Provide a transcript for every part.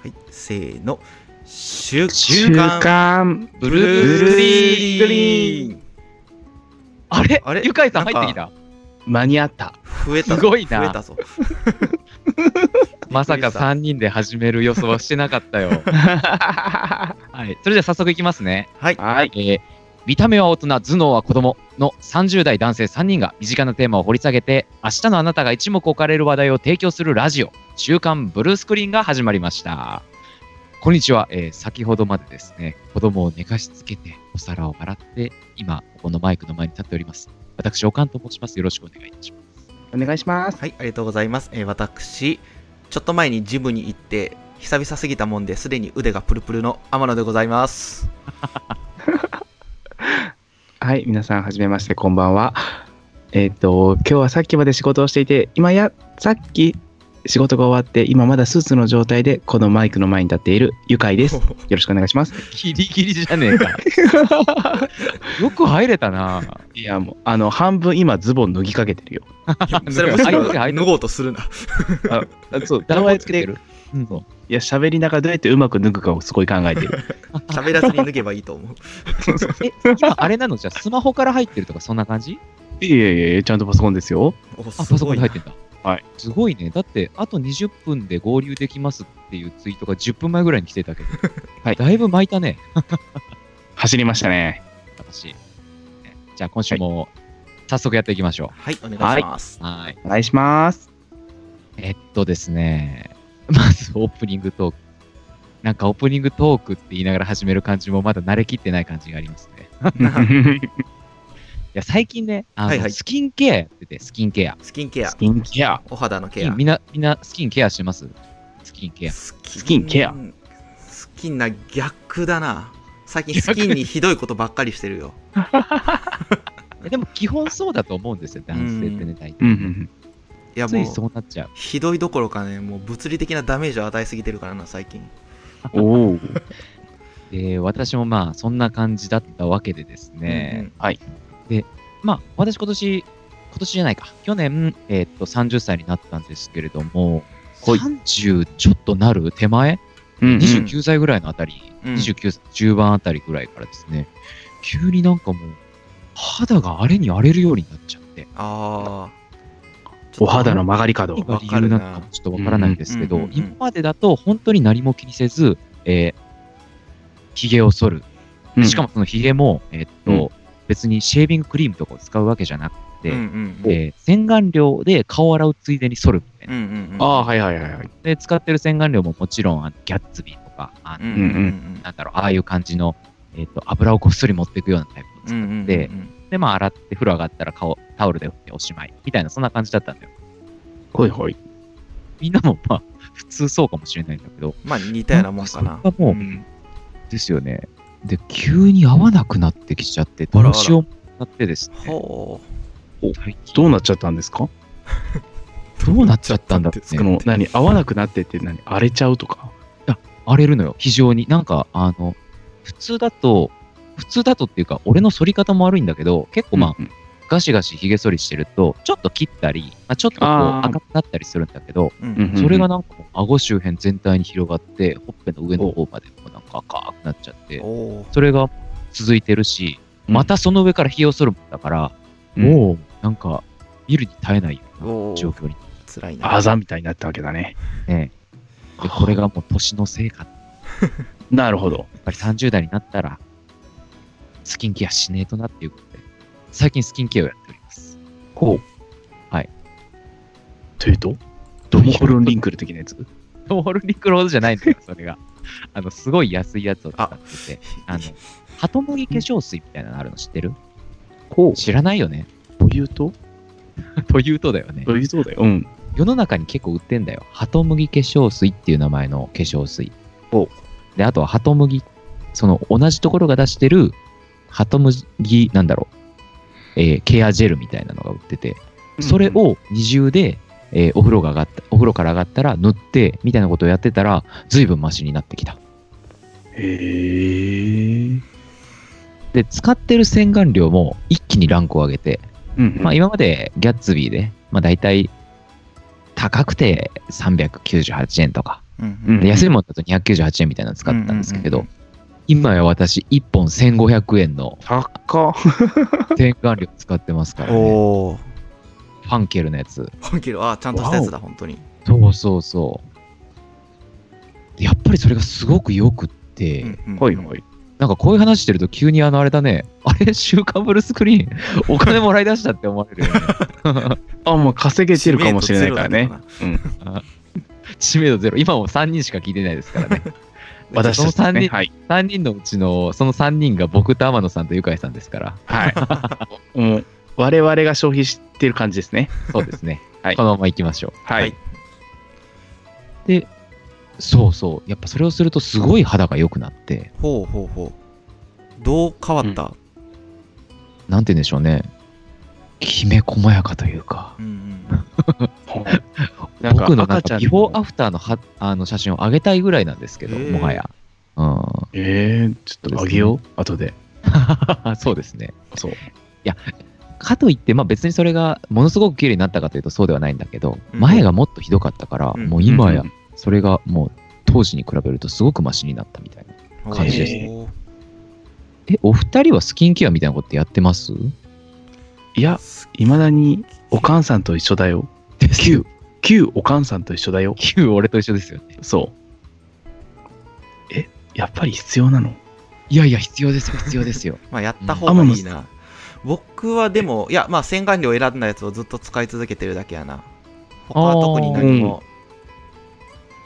はい、せーの。週週刊刊ブルーリーンあれあれゆかいさんなん入かってきた間に合った。増えたぞすごいな増えたぞ。まさかさ3人で始める予想はしてなかっ たよ。はい、それでは早速いきますね。はい。はい、えー見た目は大人、頭脳は子供の30代男性3人が身近なテーマを掘り下げて、明日のあなたが一目置かれる話題を提供するラジオ、週刊ブルースクリーンが始まりました。こんにちは、えー先ほどまでですね、子供を寝かしつけて、お皿を洗って、今、ここのマイクの前に立っております。私、おかんと申します。よろしくお願いいたします。お願いします。はい、ありがとうございます。えー私、ちょっと前にジムに行って、久々すぎたもんで、すでに腕がプルプルの天野でございます。はい、皆さん、はじめまして、こんばんは。えっ、と、今日はさっきまで仕事をしていて、今や、さっき仕事が終わって、今まだスーツの状態で、このマイクの前に立っているゆかい です。よろしくお願いします。ギリギリじゃねえか。よく入れたな。いや、もう、あの、半分今、ズボン脱ぎかけてるよ。 それむしろああ脱ごうとするな。あそう、誰どもうやっつけてて、る。うんそう いや、喋りながらどうやってうまく脱ぐかをすごい考えて る。喋らずに脱げばいいと思う。え、今あれなのじゃあスマホから入ってるとかそんな感じいやいやいや、ちゃんとパソコンですよ。おあ、すパソコごいンでな入ってんだ。はい。すごいね。だって、あと20分で合流できますっていうツイートが10分前ぐらいに来てたけど。はいだいぶ巻いたね、走りましたね。私。じゃあ今週も早速やっていきましょはい、お願いします。う。はい。お願いし ます。えっとですね、まずオープニングトーク。なんかオープニングトークって言いながら始める感じもまだ慣れきってない感じがありますね。いや、最近ね、あのはいはいスキンケアやってて、スキンケア。スキンケアス、キンケア。お肌のケア。みんな、みんなスキンケアしてますスキンケア。スキスキンケア。スキンな逆だな。最近スキンにひどいことばっかりしてるよ。でも基本そうだと思うんですよ、男性ってね、大うんう体。んいやつも、いうそうなっちゃう。ひどいどころかね、もう物理的なダメージを与えすぎてるからな、最近。 うん。おお。で、私もまあ、そんな感じだったわけでですうんうねん。まあ、私今年、今年じゃないか、去年、えーっと、30歳になったんですけれども、はい30ちょっとなる手前うんうん29歳ぐらいのあたり、うん29歳中盤あたりぐらいからですね、急になんかもう、肌があれに荒れるようになっちゃって、ああ。お肌の曲がり角。何が理由なのかもちょっとわからないんですけど、わかるなうんうんうん今までだと本当に何も気にせず、えー、髭を剃る。うんしかもその髭も、えーっと、うん別にシェービングクリームとかを使うわけじゃなくて、うんうんえー洗顔料で顔を洗うついでに剃るみたいうんうな。んうん。ああ、はいはいはいはい。で、使ってる洗顔料ももちろん、あのギャッツビーとか、あのうんなんだろう、ああいう感じの、えーっと、油をこっそり持っていくようなタイプを使うんっうん。でて、まあ、洗って風呂上がったら顔、タオルで拭っておしまい。みたいな、そんな感じだったんだよ。ほいほい。みんなも、まあ、普通そうかもしれないんだけど、まあ似たようなもんかな。それがもう、ん。ですよね。で、急に合わなくなってきちゃって、あどらあらうしようもなってですね。ほ最近どうなっちゃったんですかどうなっちゃったんだってその、何、合わなくなってって何、荒れちゃうとか。荒れるのよ、非常に。なんか、あの、普通だと、普通だとっていうか、俺の剃り方も悪いんだけど、結構まあ、うんうんガシガシ髭剃りしてると、ちょっと切ったり、まあ、ちょっとこうあー赤くなったりするんだけど、う。ううんんそれがなんかもう顎周辺全体に広がって、ほっぺの上の方までこうなんか赤くなっちゃって、おーそれが続いてるし、またその上から日を剃るもんだから、うんもうなんか見るに耐えないようなお状ー、況に、つらいな。あざみたいになったわけだね。ね、でこれがもう年のせいかやなるほど。っぱり30代になったらスキンケアしねえとなっていうことで最近スキンケアをやっておりますほう。はい。というとドモホルンリンクル的なやつトールリクロードじゃないんだよそれが あのすごい安いやつを使ってて あの鳩麦化粧水みたいなのあるの知ってるほ知らないよね というとというとだよねというとだよ。うん。世の中に結構売ってんだよ。鳩麦化粧水っていう名前の化粧水。おで、あとは鳩麦、その同じところが出してる鳩麦、なんだろう、えーケアジェルみたいなのが売ってて、それを二重で、えーお風呂が上がった、お風呂から上がったら塗って、みたいなことをやってたら、ずいぶんマシになってきた。へー。で、使ってる洗顔料も一気にランクを上げて、うんまあ、今までギャッツビーで、まあ、大体高くて398円とか、うんでうん安いものだと298円みたいなの使ってたんですけど、うんうん今や私1本1500 円の高っ。洗顔料使ってますからねおおファンケルのやつ本気のあちゃんとしたやつだ本当にそうそうそうでやっぱりそれがすごくよくって、ほいほい。なんかこういう話してると急にあのあれだねあれ「週刊ブルースクリーン」 お金もらい出したって思われ るよねあ、もう稼げてるかもしれないからね。知名度ゼロ今も3人しか聞いてないで すからね私たちその3ね人はい。 3人のうちのその3人が僕と天野さんとゆかいさんですからはい。 もう、我々が消費してる感じですね。そうで すね、はいこのまま行きましょうははいい。そうそう。やっぱそれをするとすごい肌が良くなって、ほうほうほうどう変わった、なんて言うんでしょうね。きめ細やかというか。うんほうなんか僕のなん赤ちゃかんのビフォーアフターのはあの写真を上げたいぐらいなんですけど、へーもはや。うえー、ちょっとあげよう、後で。ん、 そうですね。そう。かといって、まあ、別にそれがものすごく綺麗になったかというとそうではないんだけど、うん前がもっとひどかったから、うんもう今やそれがもう当時に比べるとすごくマシになったみたいな。うん感じですねおーえ、お二人はスキンケアみたいなことってやってますいや、いまだにおかんさんと一緒だよ。旧、旧おかんさんと一緒だよ。旧俺と一緒ですよね。そう。え、やっぱり必要なのいやいや、必要ですよ、必要ですよ。まあやった方がいいな、僕はでもいやまあ洗顔料選んだやつをずっと使い続けてるだけやな他は特に何も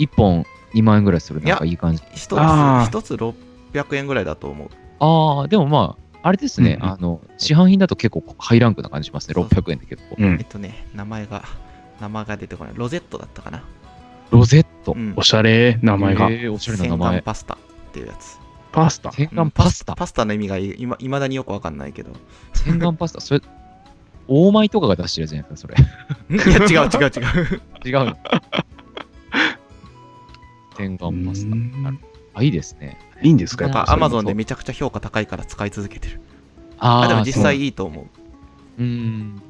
1本2万円ぐらいするいやなんかいい感じ一つあー一つ600円ぐらいだと思うああでもまああれですね、うんうんあの市販品だと結構ハイランクな感じしますねそう600円で結構、うえっん。とね名前が名前が出てこないロゼットだったかな、ロゼットうんおしゃれ、名前が。えーおしゃれな洗名顔前パスタっていうやつパスタ。洗顔パスタパスタの意味がいま未だによくわかんないけどん洗顔パスタそれオーマイとかが出してるやつじゃないですか いや違 う違う違うそれ違うの洗顔パスタうんなるあいいですねいいんですかやっやっぱぱアマゾンでめちゃくちゃ評価高いから使い続けてるあああでも実際そういいと思ううん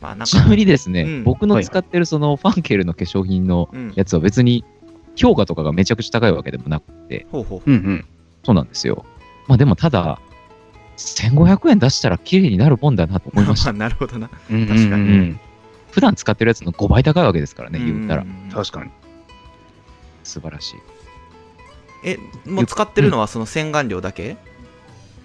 まあなんちかなみにですね、うん僕はのいはい使ってるそのファンケルの化粧品のうんやつは別に評価とかがめちゃくちゃ高いわけでもなくてほうほうんうん。そうなんですよ。まあでもただ、1500円出したら綺麗になるもんだなとう思いま した。あなるほどな確確かにうん普段使ってるやつの5倍高いわけですからね、言ったらん。んうん確かに。素晴らしい。えもう使ってるのはその洗顔料だけ、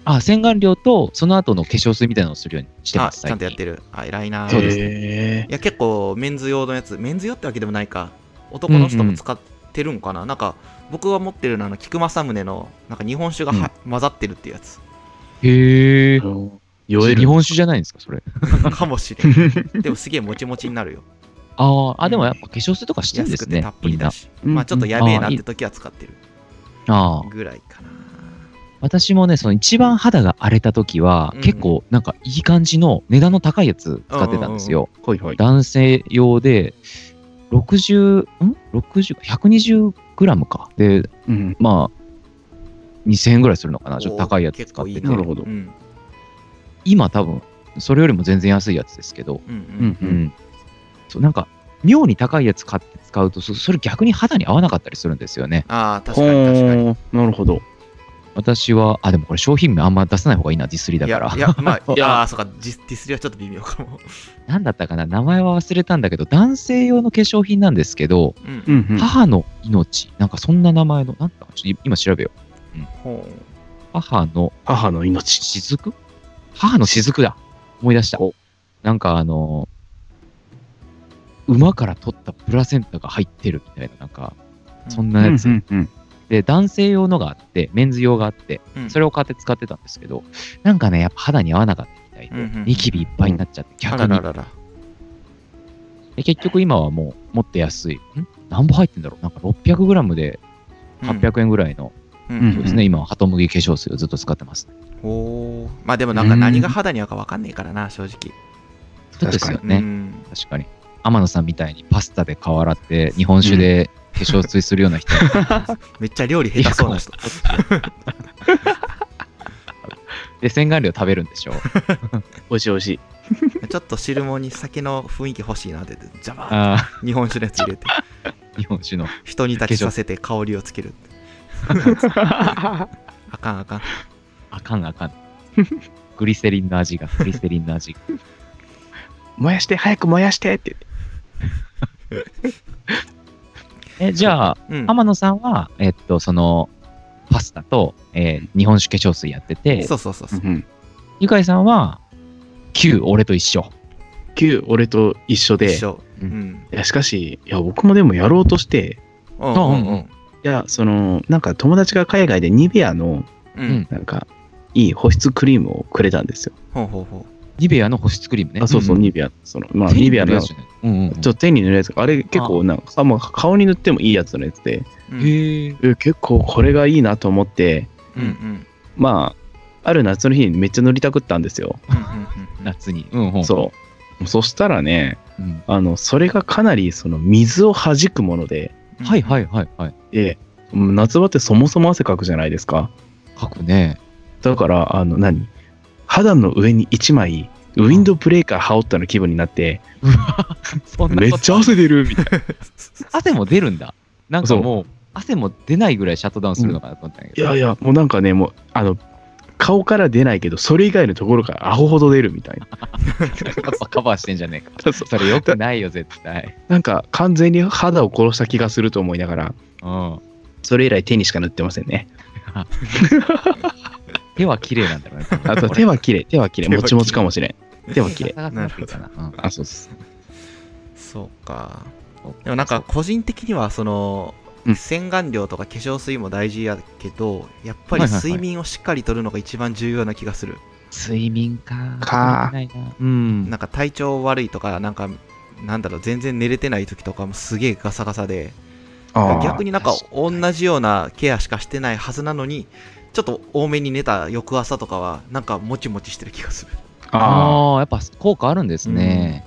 あ、洗顔料とその後の化粧水みたいなのをするようにしてあます。ちゃんとやってる。るあ偉いなそうですねい。や結構メンズ用のやつメンズ用ってわけでもないか男の人も使ってるんかな、なんか僕が持ってるのはあの菊正宗のなんか日本酒がは、混ざってるっていうやつへえ。酔える。日本酒じゃないんですか、それ。かもしれ んでもすげえもちもちになるよああ、あ、でもやっぱ化粧水とかしてるんで安くすてねたっ。ぷみりんなだ。し、まあちょっとやべえなって時は使ってるああ。ぐらいかな私もね、その一番肌が荒れた時はうん、結構なんかいい感じの値段の高いやつ使ってたんですよ。ほいほい。男性用で60ん60 120グラムかでうん。まあ2000円ぐらいするのかなちょっと高いやおーつ結使っ構ていていねなるほどうん今多分それよりも全然安いやつですけど、うんううんんううんん。そうなんか妙に高いやつ買って使うとそそれ逆に肌に合わなかったりするんですよねああ確ほかに確かにーなるほど。私はあでもこれ商品名あんま出さない方がいいなディスリだいかやらいやま あいいややあーそうかディスディスりはちょっと微妙かも何だったかな名前は忘れたんだけど男性用の化粧品なんですけど、うん、うんうん。母の命なんかそんな名前のなんだかちょっと今調べようほう母の母の命。雫母の雫だ。思い出した。なんかあのー馬から取ったプラセンタが入ってるみたいな、なんか、そんなやつ。うんうんで、男性用のがあって、メンズ用があって、うんそれを買って使ってたんですけど、なんかね、やっぱ肌に合わなかったみたいうで、んうんうんニキビいっぱいになっちゃって、逆あにら。らららで結局今はもう、もっと安い。ん何本入ってんだろうなんか 600g で800円ぐらいの、うんうんそうですね、今はハトムギ化粧水をずっと使ってます。おーまあでもなんか何が肌に合うか分かんねえからな正直そうですよ確ね。うん確かに天野さんみたいにパスタで瓦って日本酒で化粧水するよう な人、めっちゃ料理下手そうな人で洗顔料食べるんでしょ美味しい美味しい。ちょっと汁物に酒の雰囲気欲しいなって言ってジャバーあ日本酒のやつ入れて日本酒の。人に炊きさせて香りをつけるってあかんあかんあかんあかん。グリセリンの味が、グリセリンの味が。 燃やして早く燃やしてって言ってえ、じゃあ、うん天野さんは、えっと、その、パスタと、えー日本酒化粧水やっててそ、うそうそうそううんゆかいさんは、旧俺と一緒。旧俺と一緒で一緒うんいやしかしいや僕もでもやろうとしてうんあうんいやそのなんか友達が海外でニベアのうんううんんなんかいい保湿クリームをくれたんですよ。ほうほうほニベアの保湿クリームね。あそうそう、んんニベアそのまあニベアのちょ手に塗るやつじゃないうんうんっと手に塗るやつあうんれ結構なんかあもう顔に塗ってもいいやつのやつでううんへえ。え結構これがいいなと思ってうんうんまあある夏の日にめっちゃ塗りたくったんですよ。うんうんうん夏に。うんうん。そうそしたらねうん。あのそれがかなりその水を弾くものでうんは いはいはいはい。で夏場ってそもそも汗かくじゃないですか。書くね。だから、あの、何肌の上に1枚、ウィンドブレーカー羽織ったの気分になって、そんな めっちゃ汗出るみたい汗も出るんだ。なんかそうもう、汗も出ないぐらいシャットダウンするのかなと思ったんだけな。いど。やいや、もうなんかね、もう、あの、顔から出ないけど、それ以外のところからアホほど出るみたいな。やっぱカバーしてんじゃねえか。 そうそれよくないよ、絶対。なんか、完全に肌を殺した気がすると思いながら、うん。それ以来手にしか塗ってませんね。手は綺麗なんだろうね。あと、手は綺麗、手は綺麗、手もは綺麗ちもちかもしれん。 手は綺麗。なるほどな。あ、そうです。そうかうんでもなんか、個人的にはその、うん洗顔料とか化粧水も大事やけどやっぱりはいはいはい睡眠をしっかりとるのが一番重要な気がする、睡眠か。か良くないなうん。なんか体調悪いとかなんかなんだろう全然寝れてない時とかもすげえガサガサであ逆に。になんか確同じようなケアしかしてないはずなのにちょっと多めに寝た翌朝とかはなんかもちもちしてる気がするあああ、やっぱ効果あるんですね。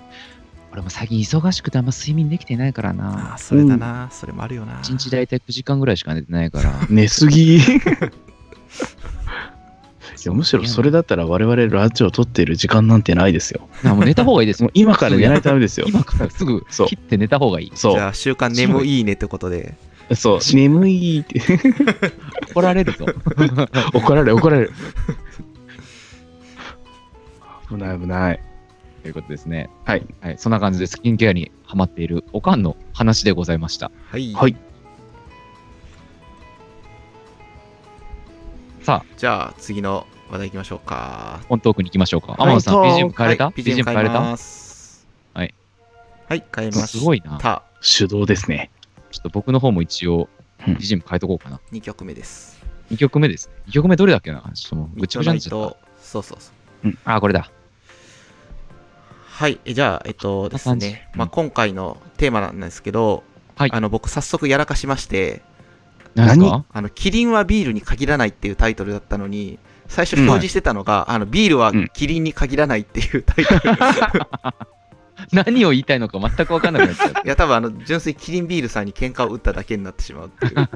俺も最近忙しくてあんま睡眠できてないからあなあ。それだな、それもあるよな一日大体9時間ぐらいしか寝てないから。あ、寝す ぎ。いやむしろそれだったら我々ラジオ撮ってる時間なんてないですよ。なもう寝た方がいいで すもよう。今から寝ないとダメですよ。今からすぐそう切って寝た方がいい。じそゃあ週間眠いいねってことでう、そう、眠い って。怒られ るぞ。怒られる、怒られる。 危ない、危ない。ということですね。はい。はい、そんな感じでスキンケアにハマっているおかんの話でございました。はい、はいさあ、じゃあ次の話題いきましょうか本トークに行きましょうか。天野さん、はい BGM 変えれた、はい、 ?BGM 変えれたすはいはい変えましたすごいな。手動ですね。ちょっと僕の方も一応うん BGM 変えとこうかな。 2曲目です2曲目ですね。2曲目どれだっけなちょっともうぐミちッゃドぐちゃナにイなっちゃっトそうそうそうた。あ、これだ。はいえじゃあえっとですこんな感ねじ、まあ、今回のテーマなんですけど、はいあの僕早速やらかしまして何ですか何あの「キリンはビールに限らない」っていうタイトルだったのに最初表示してたのが、あのビールはキリンに限らないっていうタイトル、い何を言いたいのか全く分かんなくなっちゃ った。や多分あの純粋にキリンビールさんに喧嘩を打っただけになってしまうっていう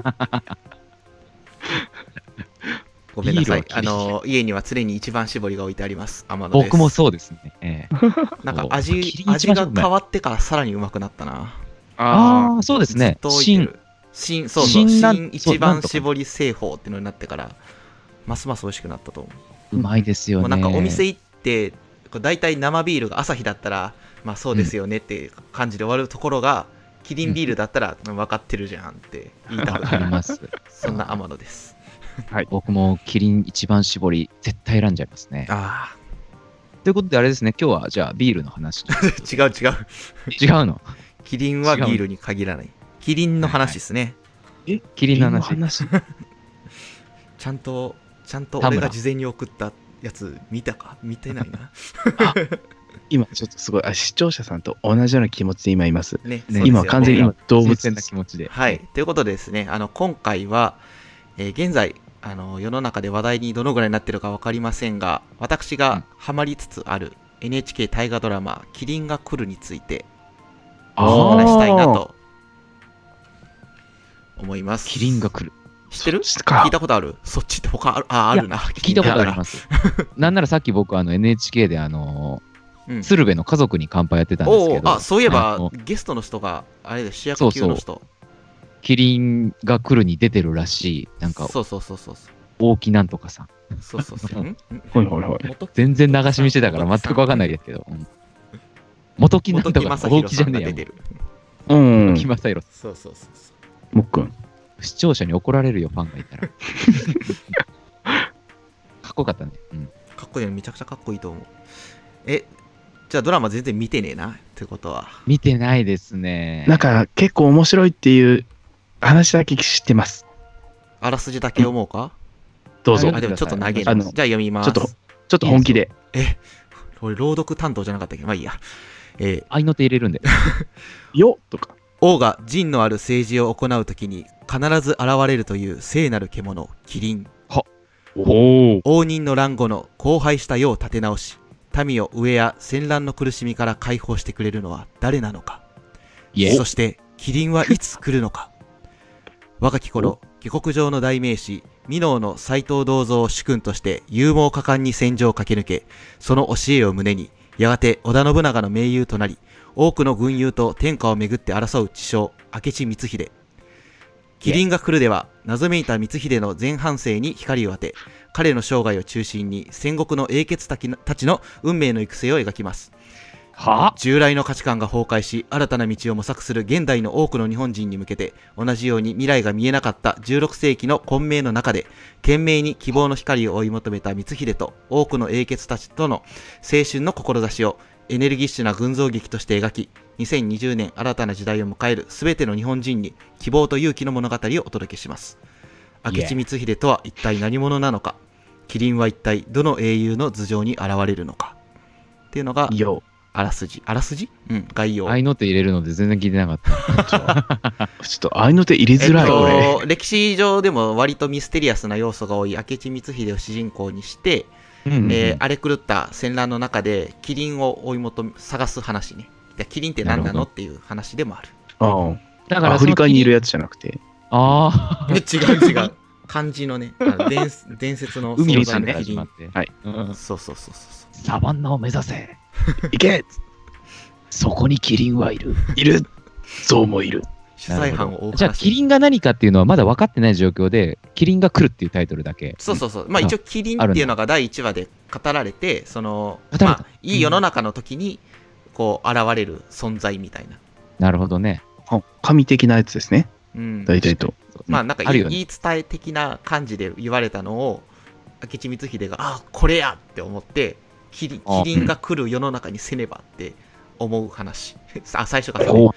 ごめんなさいビーあルはキリンの家には常に一番搾りが置いてあります天野です僕もそうですね。ええなんかそう味キリン味一番がうまい変わってからさらにうまくなったなああ、そうですね。新新、新、そうそう、新新なんそう一なん番とか絞り製法っていうのになってから、ますます美味しくなったと思う。うまいですよもね。うなんかお店行って、こう大体生ビールが朝日だったら、まあそうですよねっていう感じで終わるところが、キリンビールだったら分かってるじゃんって言いたわくかなりる。ます。 そんな天野です。僕もキリン一番絞り、絶対選んじゃいますね。ああ、ということで、あれですね、今日はじゃあビールの話。 違う違う。違うの。キリンはビールに限らない。キリンの話ですね。キリンの話。ちゃんと、ちゃんと田俺村が事前に送ったやつ見たか見てない な。今ちょっとすごいあ視聴者さんと同じような気持ちで今います。ね、ねそうですよ今完全に今動新物鮮な気持ちで。はい。。ということでですね、あの、今回は、えー現在、あの、世の中で話題にどのぐらいになってるかわかりませんが、私うんがハマりつつある NHK 大河ドラマ、キリンが来るについて、あーお話したいなと、思います。キリンが来る。知ってるそっち聞かいたことあるそっちって他ある、あー、あいやるな。聞いたことありす。ます。 なんならさっき僕、あの NHK で、あのうんー、鶴瓶の家族に乾杯やってたんですおけうど。あそういえあばのゲストの人があれで主役級の人キリンが来るに出てるらしい。なんか、そうそうそうそうそう大木なんとかさん。そうそう そうんんはいはいはい元木全然流し見してたから全くわかんないですけど。うん元木なん元と木か正大弘木じさゃんねがえや出もてん。るうん元木正弘。そうそうそうそうもっくん視聴者に怒られるよ、ファンがいたら。かっこよかったね。うん。かっこいいよめちゃくちゃかっこいいと思うえじゃあドラマ全然見てねえなってことは見てないですね。なんか結構面白いっていう話だけ知ってますあらすじだけ思うか、どうぞはあいでもちょっと投げるじゃああの読みますちょっとちょっと本気でえ俺朗読担当じゃなかったっけまあいいやえー合いの手入れるんで。よとか王が陣のある政治を行うときに必ず現れるという聖なる獣キリンおお応仁の乱後の荒廃した世を立て直し民を飢えや戦乱の苦しみから解放してくれるのは誰なのかイエそしてキリンはいつ来るのか若き頃下克上の代名詞ミノーの斎藤道蔵を主君として勇猛果敢に戦場を駆け抜けその教えを胸にやがて織田信長の盟友となり多くの軍友と天下をめぐって争う地将明智光秀キリンが来るでは謎めいた光秀の前半生に光を当て彼の生涯を中心に戦国の英傑たちのたちの運命の行く末を描きますはあ従来の価値観が崩壊し新たな道を模索する現代の多くの日本人に向けて同じように未来が見えなかった16世紀の混迷の中で懸命に希望の光を追い求めた光秀と多くの英傑たちとの青春の志をエネルギッシュな群像劇として描き2020年新たな時代を迎える全ての日本人に希望と勇気の物語をお届けします明智光秀とは一体何者なのかキリンは一体どの英雄の頭上に現れるのかっていうのがよあらすじ、あらすじうん、概要。合いの手入れるので全然聞いてなかった。ちょっと合いの手入れづらいこえっれと、歴史上でも割とミステリアスな要素が多い明智光秀を主人公にして、うんえー荒れ狂った戦乱の中でキリンを追い求め探す話ね。でキリンって何ななるのほっどていう話でもある。あだあアフリカにいるややつじゃなくてあ ね、違う違う。 漢字のね、 あの伝伝説のあ、海の存在中のでキ始リンまって。はいうんそうそうそうそう。サバンナを目指せ。いけそこにキリンはいる。いる象もいる主催班を追う話。じゃあ、キリンが何かっていうのはまだ分かってない状況で、キリンが来るっていうタイトルだけ。そうそうそう。まあ一応、キリンっていうのが第1話で語られて、その、語られたまあ、いい世の中の時に、こう、現れる存在みたいな。なるほどね。あ神的なやつですねうん。大体とまあなんかある言いよね言い伝え的な感じで言われたのを明智光秀があこれやって思ってキリあキリンが来る世の中にせねばって思う話 あ最初からお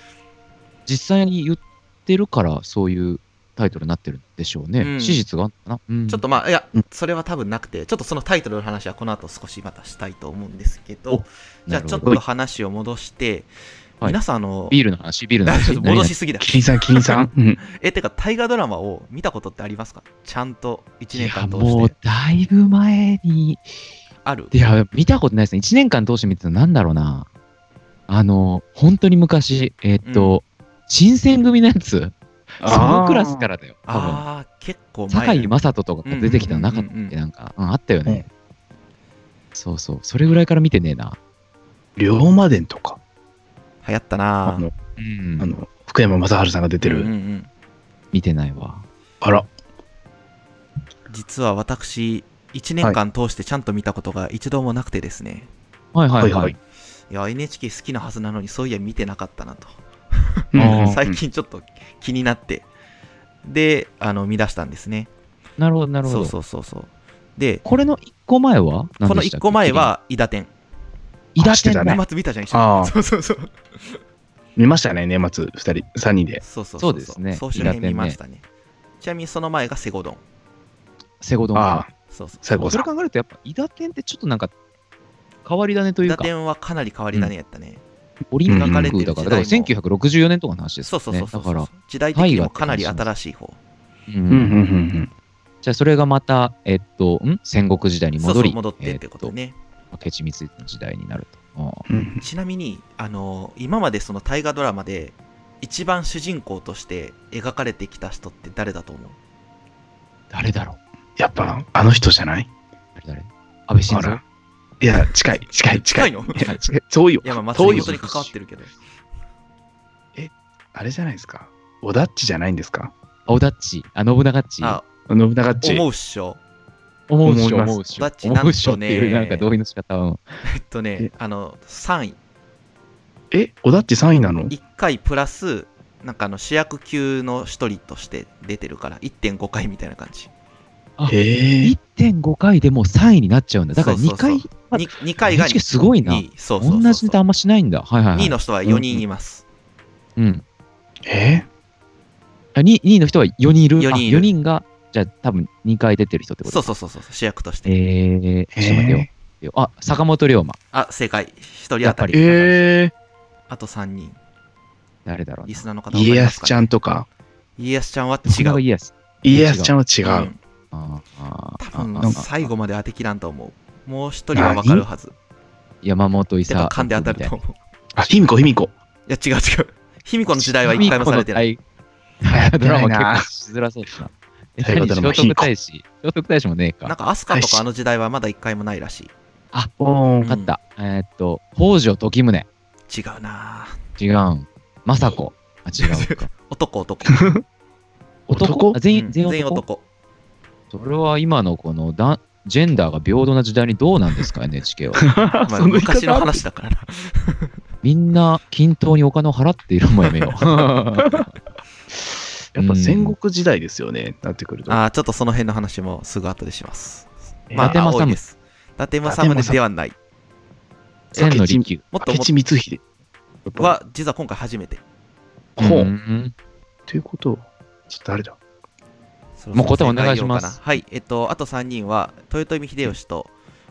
実際に言ってるから、そういうタイトルになってるんでしょうね。うん史実があるのかな、うんちょっとまあいやうんそれは多分なくてちょっとそのタイトルの話はこの後少しまたしたいと思うんですけどおじゃあなるちょほっどと話を戻して、はい皆さんあのビールの話、ビールの 話。戻しすぎだキリンさんキリン さんうんえてか大河ドラマを見たことってありますかちゃんと1年間何々通いや、もしうてだいぶ前に。あるいや、見たことないですね。1年間通して見てたのなんだろうな。あの、本当に昔、えーっと、新選組のやつ。そのクラスからだよ。多分。ああ結構前堺雅人とかが出てきたのなかったっうんうんうんうんけなんか、うんあったよね。そうそう、それぐらいから見てねえな。龍馬伝とか流行ったなあのうんあの福山雅治さんが出てうんうるん見てないわ。あら実は私1年間通してちゃんと見たことが一度もなくてですね、はいはいはい。はいはいい、や NHK 好きなはずなのにそういや見てなかったなと、うん最近ちょっと気になってであの見出したんですねなるほど、なるほど。そうそうそうそうでこれの1個前はこの1個前、は伊田天伊あ達知ってたね年末見たじゃん一緒ああにそうそうそう見ましたね年末2人3人でそうそうそうですね総集伊編達天見ねましたねちなみにその前がセゴドンセゴドン。ああそうそう最後そされん考えると、やっぱ、伊達天ってちょっとなんか、変わり種と伊いう田か、天はかなり変わり種やったね、オリンピ描かッれてるク時代だかもら、だから1964年とかの話ですそうよそうね。そうそうだから、時代的にもかなり新しい方ううんうんんうんじゃあ、それがまた、えっと、ん戦国時代にそう戻そうり、戻ってってことえっね、と明智光秀の時代になると。ああうんうんちなみにあの今までその大河ドラマで一番主人公として描かれてきた人って誰だと思う誰だろうやっぱあの人じゃない誰誰安倍晋あ三ら。いや近い近い近近いいのいい や近い遠いよやまあ松遠い本よに関わってるけどあれじゃないですかおだっちじゃないんですかおだっち、あ、信長っち。あ、信長っち。思うっしょ。思うっしょ、思います思うっしおょだっ。ち思うっしょってなんという、ねなんか同意の仕方を。えっとねえ、あの、3位。え、おだっち3位なの1回プラス、なんかあの主役級の一人として出てるから、1.5回みたいな感じ。へえ。 1.5回でもう3位になっちゃうんだ。だからそうそ2うそう回、あに2回が NHK すごいな2位。そうそうそうそう同じネタあんましないんだ。はいはい、は2位い。の人は4人います。うん。えあ 2, 位の人は4人いる。 4人いるあ4人が、じゃあ多分2回出てる人ってことそうそうそうそう、主役として。えー、へえ。ちょっと待ってよ。あ、坂本龍馬。あ、正解。1人当たり。えあと3人。誰だろうリな。スナーの方ー、家康ちゃん。んとか。家康ちゃんは違違う。う。イエス。家康ちゃんは違うう。んあーあー多あ分ー最後まで当てきらんと思う。もう一人は分かるはず。山本伊て佐か、噛んで当たると思う。いあ、卑弥呼、卑弥呼。や、違う違う。卑弥呼の時代は一回もされてない。い。やってドラないマな。結構しづらそうですな。え、ということ何で聖徳もう貧困太子聖徳太子もねえなんか。か、飛鳥とかあの時代はまだ一回もないらしあ、おー分かった。えーっと、北条時宗。い。違うなぁ違うん。政子。あ、違 うか。男男。男あ全う員、ん全員全員男。男。それは今のこのだ、ジェンダーが平等な時代にどうなんですか、NHK は。 まあ昔の話だからな。みんな均等にお金を払っているもんやめ よう。やっぱ戦国時代ですよね、なってくると。あーちょっとその辺の話もすぐ後でします。えまあ、伊達政宗青いです。伊達政宗ではない。千の利休。もっと明も智光秀。は、実は今回初めて。ほううんということはちょっとあれだ。そろそろもう答えお願いしま正解言おうすかなはい、えっと、あと3人は、豊臣秀吉と、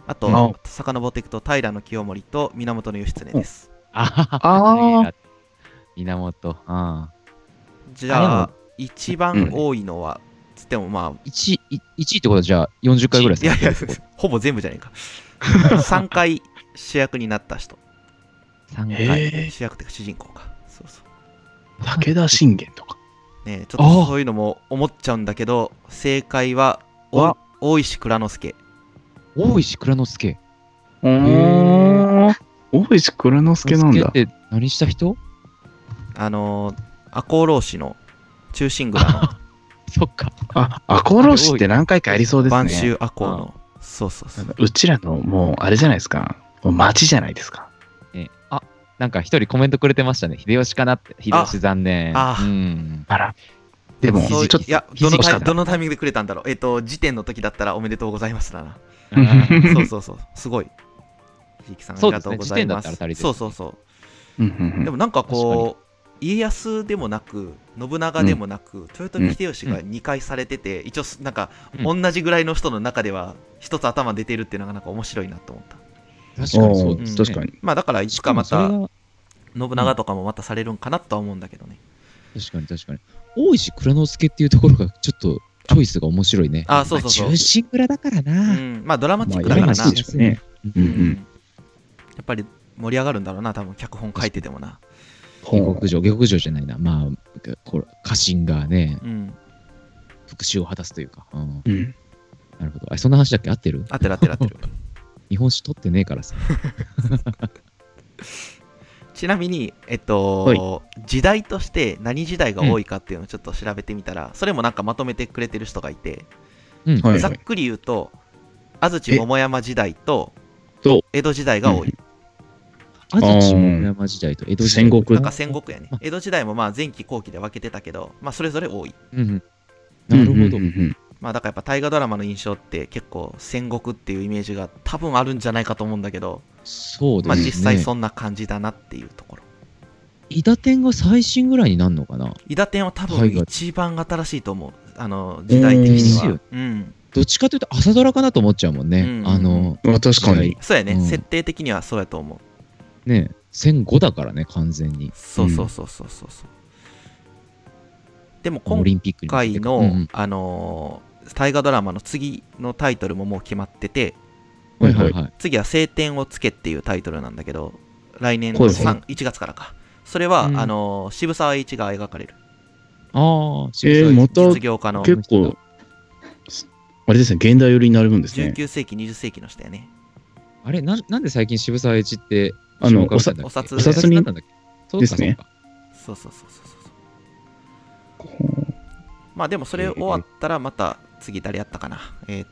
あうとん、遡っていくと、平清盛と源義経です。あははあー源。あーじゃああ、一番多いのは、つってもまあ、一位、一位ってことはじゃあ40回ぐらいいやいや されてるってこ、ほぼ全部じゃねえか。3回主役になった人。と三回。へえ。主役っていうか主人公か。そうそう。武田信玄とか。ねえちょっとそういうのも思っちゃうんだけど、正解は、おわ大石蔵之介。大石蔵之介。おーー。大石蔵之介なんだ。蔵之介って何した人あのー、赤穂浪士の中心蔵の。そっか。あ、赤穂浪士って何回かありそうですね。晩秋赤穂の。そうそうそう。うちらのもうあれじゃないですか。もう町じゃないですか。えあなんか一人コメントくれてましたね。秀吉かなって。秀吉残念。ああうん。あら。でも、ちそうょいっとい やどの肘タ下イだどのタイミングでくれたんだろうえっ、と時点の時だったらおめでとうございますだ なあーそうそうそうすごいひいきさんありがとうございますそうですね時点だったら足りてるそうそうそうんうんううんでもなんかこう家康でもなく信長でもなく、豊臣秀吉が2回されてて、一応すなんか、うん同じぐらいの人の中では一つ頭出てるっていうのがなんか面白いなと思った確かにそうおでんすーね。確かに。まあだからいつしかかもまそれたが。信長とかもまたされるんかなとは思うんだけどね、確かに確かに。大石蔵之介っていうところがちょっとチョイスが面白いね。あそうそうそうま中心蔵だからうな。ん、まあドラマチックまだあからやなら、でしょうね。ううんうう。んんやっぱり盛り上がるんだろうな多分脚本書いててもな下克上、下克上じゃないな。まあ、これ家臣がね、うん復讐を果たすというか。うんうん。なるほど。あ、そんな話だっけ合ってるあってるあってるあ ってる日本史取ってねえからさ。ちなみにえっと時代として何時代が多いかっていうのをちょっと調べてみたら、それもなんかまとめてくれてる人がいて、うん。はいざっくり言うと安土桃山時代とと江戸時代が多い、安土桃山時代と江戸時代。戦国なんか戦国やね江戸時代もまあ前期後期で分けてたけど、まあ、それぞれ多いうんうん。なるほどうんうん。うんまあだからやっぱ大河ドラマの印象って結構戦国っていうイメージが多分あるんじゃないかと思うんだけど、そうまあですね。実際そんな感じだなっていうところ伊達天が最新ぐらいになるのかな伊達天は多分海外一番新しいと思うあの時代的にうんはうん、どっちかというと朝ドラかなと思っちゃうもんね。うんあの、うん。あ確かに。そうやね、うん設定的にはそうやと思うね、戦後だからね、完全に。そうそうそうそうそうそうでも今オリンピックに向け回てかの、うんうんあのー大河ドラマの次のタイトルももう決まっててはいはいはい。次は「晴天をつけ」っていうタイトルなんだけど来年のそうですね3 1月からかそれは、うんあのー渋沢栄一が描かれるああ、えーまた実業家の結構、あれですね、現代寄りになるんですね。 19世紀20世紀の人やねあれなん、なんで最近渋沢栄一って、あの紹介されたんだっけお札お札になったんだっけそうでかすそうねか。そうそうそうそうそうまあでもそれ終わったらまた次誰やったかな。えーっ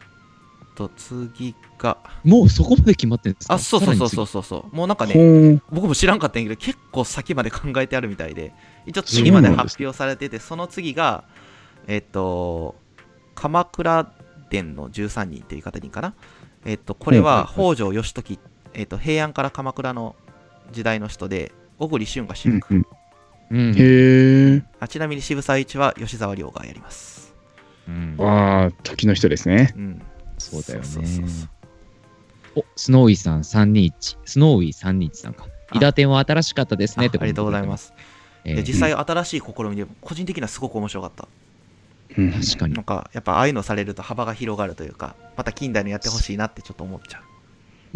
と、次が。もうそこまで決まってるんですかあ、そうそうそうさそうらにそうそう。もうなんかほね、ん僕も知らんかったんやけど、結構先まで考えてあるみたいで、一応次までそうなんです発表されてて、その次が、えーっと、鎌倉殿の13人っていう方にかな。えーっと、これはうん北条義時、えーっと、平安から鎌倉の時代の人で、小栗旬が主うん役、うん次うんへえ。あちなみに渋沢栄一は吉沢亮がやります。うんああ、時の人ですね。うん。そうだよねそうそうそうおスノーイーさん321スノーイー321さんかあ伊田店は新しかったですあねあってコメりンがとトうごいざただいきまますす。えでー実際、新しい試みで、個人的にはすごく面白かった。うん確かになんか、やっぱ、ああいうのされると幅が広がるというか、また近代のやってほしいなってちょっと思っちゃう。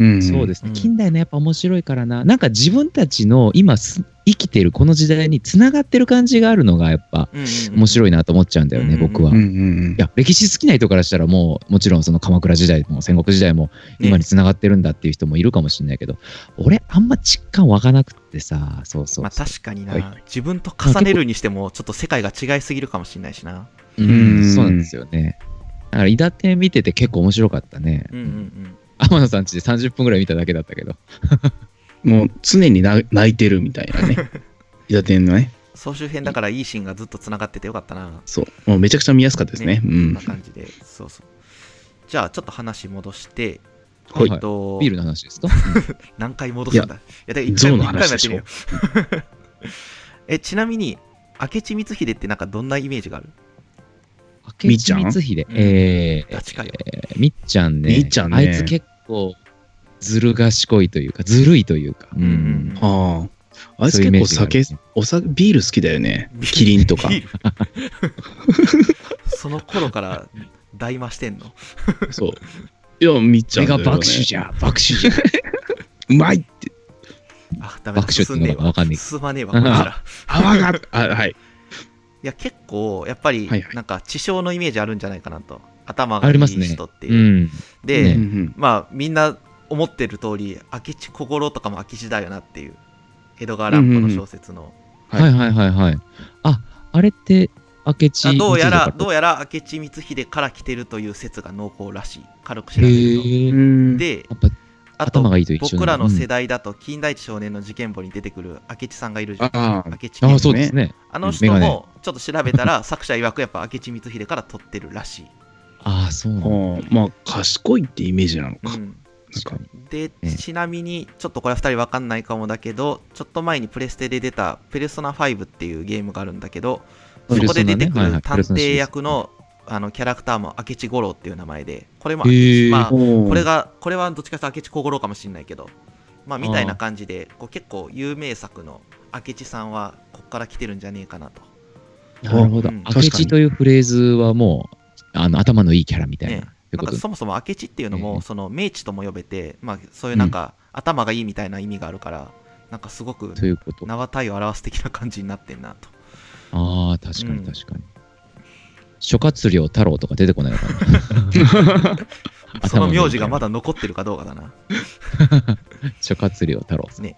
うんそうですうねん近代のやっぱ面白いからななんか自分たちの今す生きてるこの時代につながってる感じがあるのがやっぱうんうんうん面白いなと思っちゃうんだようんねうんうん僕は。ういんうんや歴史好きな人からしたらもうもちろんその鎌倉時代も戦国時代も今にねつながってるんだっていう人もいるかもしれないけど、俺あんま実感湧かなくってさそうそうそう、まあ、確かにな、はい自分と重ねるにしても、ちょっと世界が違いすぎるかもしれないしな。うんうんそうなんですよねだから伊達店見てて結構面白かったね、うんうんうん。天野さんちで30分ぐらい見ただけだったけどうん。もう常にな泣いてるみたいなね。伊達天のね。総集編だから、いいシーンがずっとつながっててよかったな。そう。もうめちゃくちゃ見やすかったですね。うこんんな。感じで、そうそう。じゃあ、ちょっと話戻して、はいえっと、ビールの話ですか、何回戻すんだいや、だから一ゾ回ウもの一回も話やっでてしみよょう。。 え、ちなみに、明智光秀ってなんかどんなイメージがある明みっ智ちゃん光秀うんえーガチかよえーみっちゃんねみっちゃんねあいつ結構ずる賢いというかずるいというか、うんうんうんああ。あいつそういう結イメー構ジがある酒、お酒、ビール好きだよね。キリンとか。ビール その頃から大増してんの。そう。いや、みっちゃ俺んだがよね。爆手じゃ爆手じゃうまいって。あ、ダメだ爆手って進んねのえがわわ。かんないけ進まねえ わ、こいつら。泡が。 あ、はい。いや、結構、やっぱりはいは、いなんか、地匠のイメージあるんじゃないかなと。頭があいりいますね人ってど、ういう。ん、で、ねうんうんまあ、みんな思ってる通り、明智小五郎とかも明智だよなっていう、江戸川乱歩の小説の。はいはいはいはいはいああれって明智あどうやら、どううやら明智光秀から来てるという説が濃厚らしい。軽く調へべると。えうんで、やっぱあと頭、がいいと一緒僕らの世代、代だと、金田一少年の事件簿に出てくる明智さんがいるじゃん。ああ明智うんあ家あそうですねあのメ人ガネも、ちょっと調べたら、 作者曰くやっぱ明智光秀から取ってるらしい。ああそうなんだああまあ賢いってイメージなのうか。んなんかで、ねちなみに、ちょっとこれは2人分かんないかもだけど、ちょっと前にプレステで出た、ペルソナ5っていうゲームがあるんだけど、そペルこソでナね出てくはいはるい探偵役のあのキャラクターも明智五郎っていう名前で、これも明智、へーまあ、ここれが、これはどっちかというと明智小五郎かもしれないけど、まあ、みたいな感じで、こう結構有名作の明智さんは、こっから来てるんじゃねえかなと。なるほど、うん明確かに智というフレーズはもうあの頭のいいキャラみたいな、ねといなうこんとかですそもそも明智っていうのええも、その明治とも呼べて、まあ、そういうなんか、頭がいいみたいな意味があるから、なんかすごくということ名は体を表す的な感じになってんなと。ああ、確かうにん確かに。諸葛亮太郎とか出てこないのか な。その名字がまだ残ってるかどうかだな。諸葛亮太郎さん。ね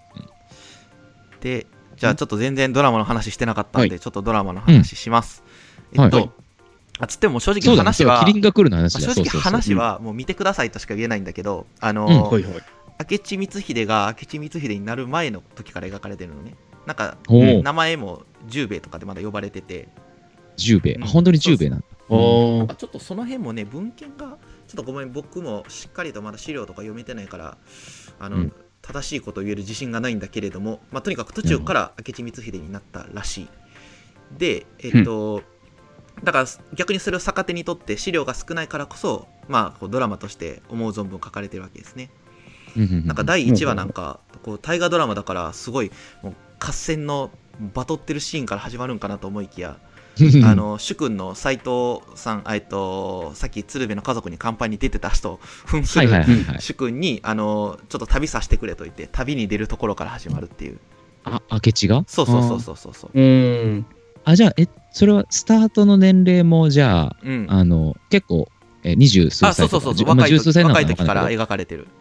で、じゃあちょっと全然ドラマの話してなかったんはで、ちょっとドラマの話します。えっはと、あつっても正そ直うだね、話そうだは、キリンが来るの話まあだ。正そ直うそうそう話はもう見てくださいとしか言えないんだけど、あのうんー、はいはい。明智光秀が明智光秀になる前の時から描かれてるのねなんかおお、名前も十兵衛とかでまだ呼ばれてて十兵衛う。んあ本当に十兵衛なんだ。おあちょっとその辺もね文献がちょっとごめん僕もしっかりとまだ資料とか読めてないからあの、うん正しいことを言える自信がないんだけれども、まあ、とにかく途中から明智光秀になったらしい、でえっと、だから逆にそれを逆手にとって資料が少ないからこそまあこうドラマとして思う存分書かれてるわけですねうんうんうんなんか第1話なんか、こう大河ドラマだから、すごいもう合戦のバトってるシーンから始まるんかなと思いきや、あ、の主君の斎藤さん、えっと、さっき鶴瓶の家族に乾杯に出てた人、扮すはいはいるはいはい。主君にあのちょっと旅させてくれと言って、旅に出るところから始まるっていう、あ、明智がそうそうそうそうそうそう、うん。あー、あじゃあ、え、それはスタートの年齢も、じゃあ、うん、あの、結構、え、二十数あ歳そうとか。そうそうそう、じゅまあ若い十数時歳な若のかいな時からわんない描かれてる。けど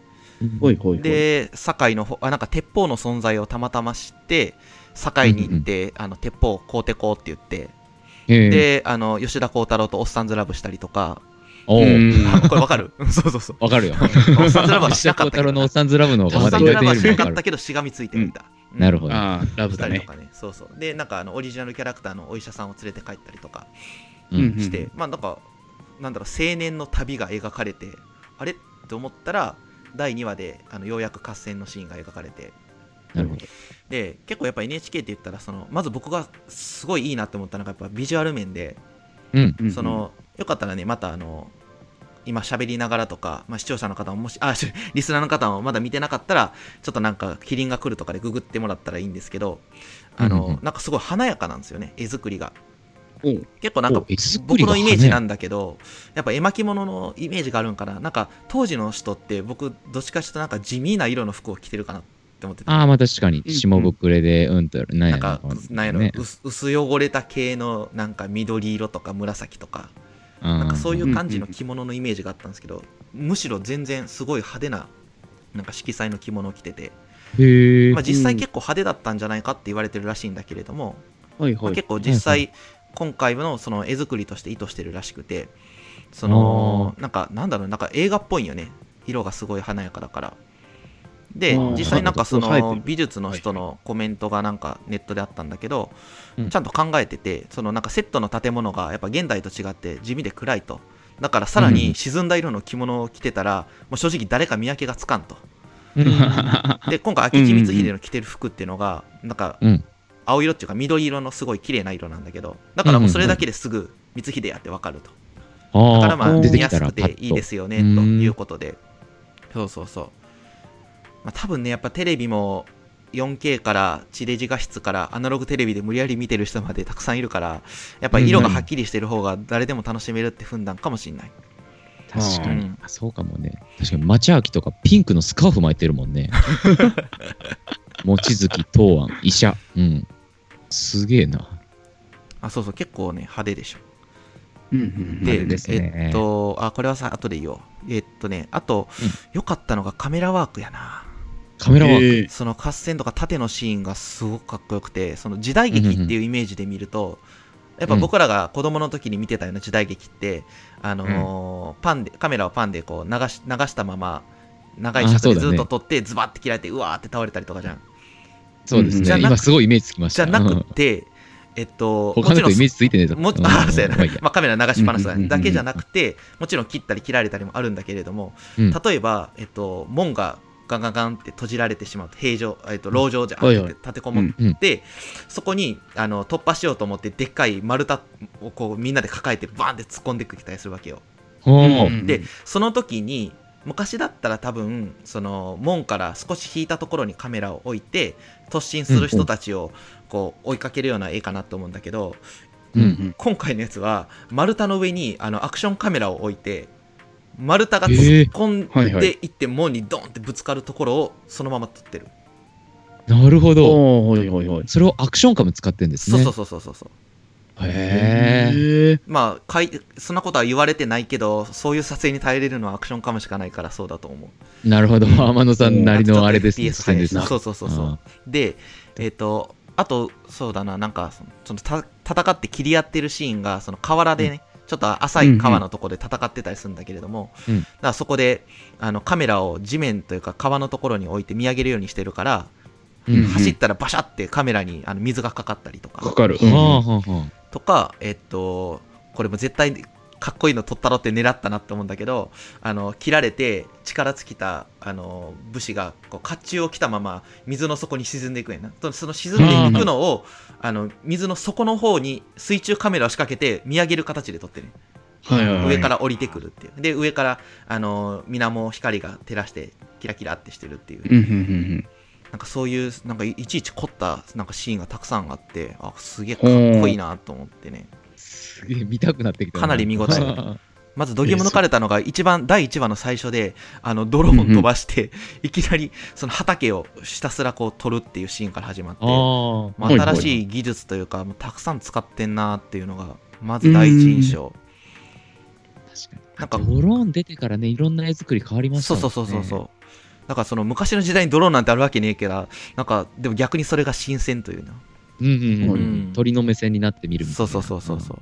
ほいほいほい。で堺のほあなんか鉄砲の存在をたまたま知って堺に行って、あの鉄砲を買うてこうって言ってへえ。で、あの、吉田鋼太郎とおっさんずラブしたりとか、おううんこれわか るそうそうそう。わかるよ。おっさんずラブはし吉なかっ田幸た太けど郎のおな。っさんずラブのお方っがさんずまだラ出ブてはしるなのかわっかたる。けど、しがみついてるんだ。うんなるほど。ああ、ラブしだたりとね。かね、そうそう。で、なんかあのオリジナルキャラクターのお医者さんを連れて帰ったりとかううんんして、まあなんか、なんだろう、青年の旅が描かれて、あれって思ったら、第2話であのようやく合戦のシーンが描かれて、なるほど。で結構やっぱ NHK って言ったらそのまず僕がすごいいいなって思ったのがやっぱビジュアル面で、うん。うんそのよかったらねまたあの今喋りながらとか、まあ、視聴者の方ももしあしリスナーの方もまだ見てなかったらちょっとなんか「キリンが来る」とかでググってもらったらいいんですけどあの、うんうんなんかすごい華やかなんですよね絵作りがおう結構なんかお絵作僕りのが華イやメージなんだけどやっぱ絵巻物のイメージがあるんかななんか当時の人って僕どっちかというとなんか地味な色の服を着てるかなって思っててああ、まあ確かに、下ぶくれで、うんと、なんなやんかろ、なんやろ、ね薄薄汚れた系のなんか緑色とか紫とか、ななんかそういうんう感じの着物のイメージがあったんですけど、むしろ全然すごい派手ななんか色彩の着物を着てて、へえまあ、。実際結構派手だったんじゃないかって言われてるらしいんだけれども、はいまあはい。結構実はい際今回のその絵作りとして意図してるらしくてそのなんかなんだろうなんか映画っぽいんよね色がすごい華やかだからでうん実際なんかそそう生えてのる美術の人のコメントがなんかネットであったんだけどうんちゃんと考えててそのなんかセットの建物がやっぱ現代と違って地味で暗いとだからさらうんに沈んだ色の着物を着てたらもう正直誰か見分けがつかんと で今回明智光秀の着てる服っていうのがなんかうん青色っていうか緑色のすごい綺麗な色なんだけどだからもうそれだけですぐ光秀やってわかるとだからまあああ、出見てきやすたらくパてッと。いいですよねうとんいうことでそうそうそうまあ多分ねやっぱテレビも 4K から地デジ画質からアナログテレビで無理やり見てる人までたくさんいるからやっぱ色がはっきりしてる方が誰でも楽しめるって踏んだんかもしれない確かうにん。あそうかもね。確かに、町明とかピンクのスカーフ巻いてるも んね。望月、東安、医者。うん。すげえな。あそうそう結構ね派手でしょうんうんあでれですねえっと、あ、これはさ、後でいいよ。えっとね、あとうん、良、かったのがカメラワークやな。カメラワーク。えーその合戦とか盾のシーンがすごくかっこよくて、その時代劇っていうイメージで見ると、やっぱ僕らが子供の時に見てたような時代劇って、あのーパンで、カメラをパンでこう流し流したまま、長いあそ尺うでだねずっと撮って、ズバッて切られて、うわーって倒れたりとかじゃん。そうですじゃね。なく今すごいイメージつきましじた。ゃなうくんて、えっと、も他ちろのとんイメージついてねえだもうんあそうやなまあいいやまあ、カメラ流しっぱなしだ,、うんうんうんうんけじゃなくてもちろん切ったり切られたりもあるんだけれども、うん例えば、えっと、門がガンガンガンって閉じられてしまうと平常、えっと、牢城じゃんはっいてはい立てこもって、うんうんそこにあの突破しようと思ってでっかい丸太をこうみんなで抱えてバーンって突っ込んできたりするわけよ。ほううんでその時に昔だったら多分その門から少し引いたところにカメラを置いて突進する人たちをこう追いかけるような絵かなと思うんだけど、う。うんん今回のやつは丸太の上にあのアクションカメラを置いて丸太が突っえーはい込んはいでいって門にドンってぶつかるところをそのまま撮ってる、なるほうん。ど。おおはいはいはい。それをアクションカム使ってんですそうねそう。そうそうそうそうへえ。え。まあかいそんなことは言われてないけどそういう撮影に耐えれるのはアクションカムしかないからそうだと思うなるほど。天野さんなりのあれですね。なんかちょっと FPS でですすねそうそうそうそうでえっ、とあとそうだななんかそのそのた戦って切り合ってるシーンがその河原でね、ちょっと浅い川のところで戦ってたりするんだけれども、うんだからそこであのカメラを地面というか川のところに置いて見上げるようにしてるから、うんうん走ったらバシャってカメラにあの水がかかったりとかかかる。はあはあはあとかえっとこれも絶対かっこいいの撮ったろって狙ったなって思うんだけどあの切られて力尽きたあの武士がこう甲冑を着たまま水の底に沈んでいくんやなそのその沈んでいくのをあの水の底の方に水中カメラを仕掛けて見上げる形で撮ってるはいはいはい上から降りてくるっていうで上からあの水面を光が照らしてキラキラってしてるっていううんうんうんなんかそういうなんかいいちいち凝ったなんかシーンがたくさんあってあすげえかっこいいなと思ってねすげえ見たくなってきた。かなり見応え あまずどぎも抜かれたのが一番第1話の最初であのドローン飛ばして、 いきなりその畑をひたすらこう撮るっていうシーンから始まってあー。まあ新しい技術というかもうたくさん使ってんなっていうのがまず第一印象確かに。ドローン出てからね、いろんな絵作り変わりましそたうもんそね。うそうそうそうだからその昔の時代にドローンなんてあるわけねえけどなんかでも逆にそれが新鮮というなうんうんううんん、鳥の目線になって見るみたそいうなそうそうそうそうう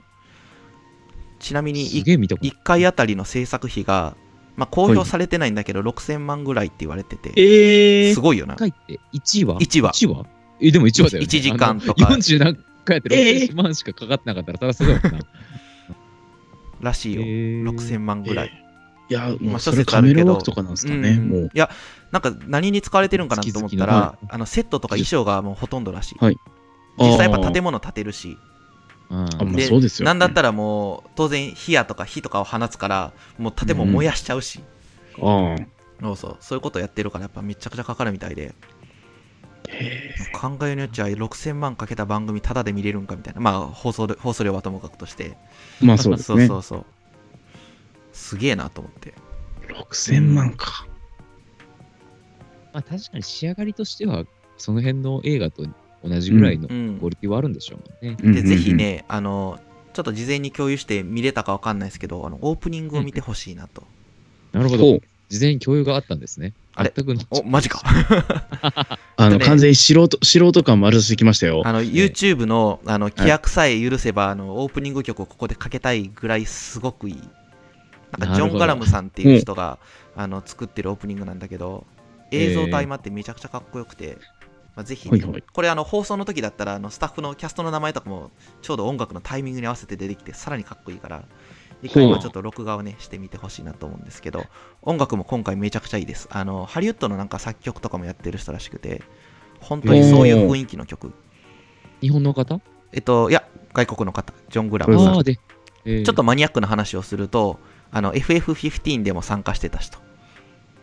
ちなみんにすげえ見たこと1回あたりの制作費が、まあ、公表されてないんだけど6000万ぐらいって言われててえすごいよな1回って1話1話1話えでも1話だよ、ね、 1時間とあかの40何回やってえー60万しかかかってなかったら、そりゃすごいもんな。らしいよ6000万ぐらい、いや、まもあうそれ諸説あカるけメどラワークとかなんですかね、うんもうい。やなんか何に使われてるんかなと思ったら月々のあのセットとか衣装がもうほとんどらしい、はい実際やっぱ建物建てるしあうんまあでそうですよ、なんだったらもう当然火矢とか火とかを放つからもう建物燃やしちゃうし、ああそうそうそういうことやってるからやっぱめちゃくちゃかかるみたいでへ考えによっちゃ6000万かけた番組タダで見れるんかみたいなまあ放送で放送料はともかくとしてえまあそうですそうねそ。うそうすげえなと思って6000万か。まあ確かに仕上がりとしては、その辺の映画と同じぐらいのうクんオリティはあるんでしょうもんね。うんうんうでんぜひ。ねあのちょっと事前に共有して見れたかわかんないですけどあのオープニングを見てほしいなと、なるほほどう。事前に共有があったんですね。あれ全くの。おマジかあえっの、とね完全に素人、素人感丸出してきましたよ。あの YouTube のあの規約さえ許せば、あのオープニング曲をここでかけたいぐらいすごくいいなんかジなるョほン・どガラムさんっていう人が、あの作ってるオープニングなんだけど映像と相まってめちゃくちゃかっこよくて、まあ、ぜひ、はいはいこれあの放送の時だったらあのスタッフのキャストの名前とかもちょうど音楽のタイミングに合わせて出てきてさらにかっこいいから一回ほうはちょっと録画をねしてみてほしいなと思うんですけど音楽も今回めちゃくちゃいいですあのハリウッドのなんか作曲とかもやってる人らしくて本当にそういう雰囲気の曲日本の方えっといや外国の方ジョン・グラうムんさんああ、で。えーちょっと。マニアックな話をするとあの FF15 でも参加してた人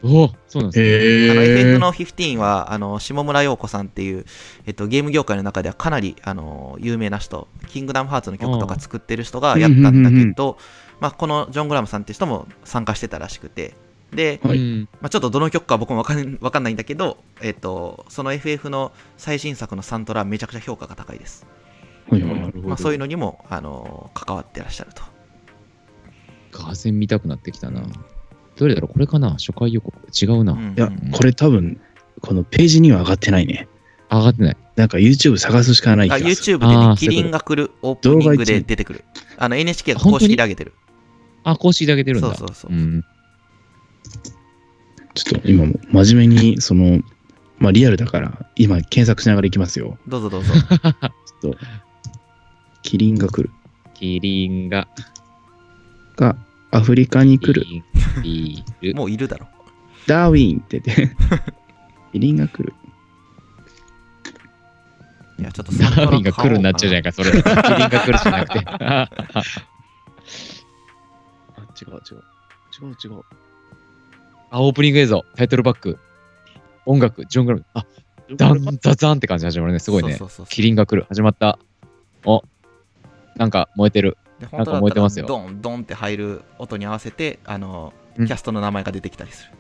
おーそうなんですね。へあのえ FF の15はあの下村陽子さんっていう、えっと、ゲーム業界の中ではかなりあの有名な人、キングダムハーツの曲とか作ってる人がやったんだうんうんけうんど、まあ、このジョン・グラムさんって人も参加してたらしくて、で、はいうんまあ、ちょっとどの曲か僕もわかんわ かんないんだけど、えっと、その FF の最新作のサントラはめちゃくちゃ評価が高いです。はいはいなはいるまほど。あ、そういうのにもあの関わってらっしゃると。画線見たくなってきたなうん。どれだろうこれかな初回予告。違うな。うんいや、これ多分、このページには上がってないね。上がってない。なんか YouTube 探すしかない気あがす YouTube る。であねー、キリンが来るオープニングで出てくる。あの NHK が公式で上げてる。あ、公式で上げてるんだ。そうそうそううんちょっと今も真面目に、その、まあリアルだから、今検索しながら行きますよ。どうぞどうぞ。ちょっと、キリンが来る。キリンがが、アフリカに来る。。いる。もういるだろ。ダーウィンって言 って。キリンが来る。いや、ちょっとダーウィンが来るになっちゃうじゃないか、それ。キリンが来るじゃなく て。あ、違う違う。違う違う。あ、オープニング映像、タイトルバック、音楽、ジョン・グラム。あ、ダン、ザザンって感じで始まるね。すごいね。そうそうそうキリンが来る。始まった。お、なんか燃えてる。でなんか燃えてますよ本当だったらドン、ドンって入る音に合わせて、あの、キうんャストの名前が出てきたりする。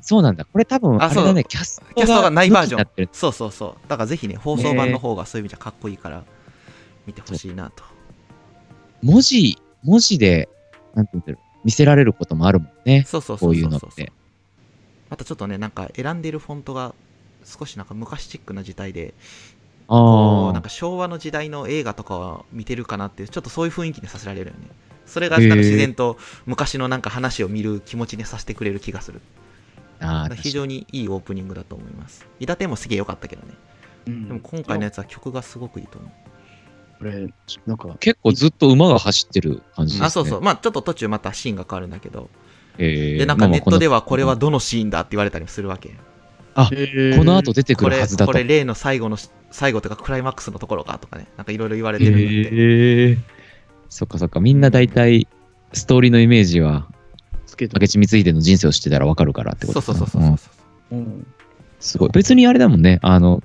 そうなんだ。これ多分、ああれだね、キャストが。キャストがないバージョン抜きになってるそうそうそう。だからぜひね、放送版の方がそういう意味じゃかっこいいから、見てほしいなと。文字、文字で、なんて言ってる。見せられることもあるもんね。そうそうこそうういそううのっそう。て。またちょっとね、なんか選んでるフォントが少しなんか昔チックな時代で、こあうなんあ。か昭和の時代の映画とかは見てるかなっていう、ちょっとそういう雰囲気にさせられるよね。それがなんか自然と昔のなんか話を見る気持ちにさせてくれる気がする。ああ、非常にいいオープニングだと思います。伊達もすげえ良かったけどね。でも今回のやつは曲がすごくいいと思う。これ、なんか、結構ずっと馬が走ってる感じですね。あ、そうそう。まあちょっと途中またシーンが変わるんだけど。えー。で、なんかネットではこれはこどのシーンだって言われたりもするわけ。の後で、出てくこるれ、はずだと。これ例の最後のし、最後とかクライマックスのところかとかね。なんかいろいろ言われてるんだって。へえそっかそっかみんな大体ストーリーのイメージはつけて明智光秀の人生を知ってたらわかるからってこそとうそかうなそうそうそう。んすごい別にあれだもんねあの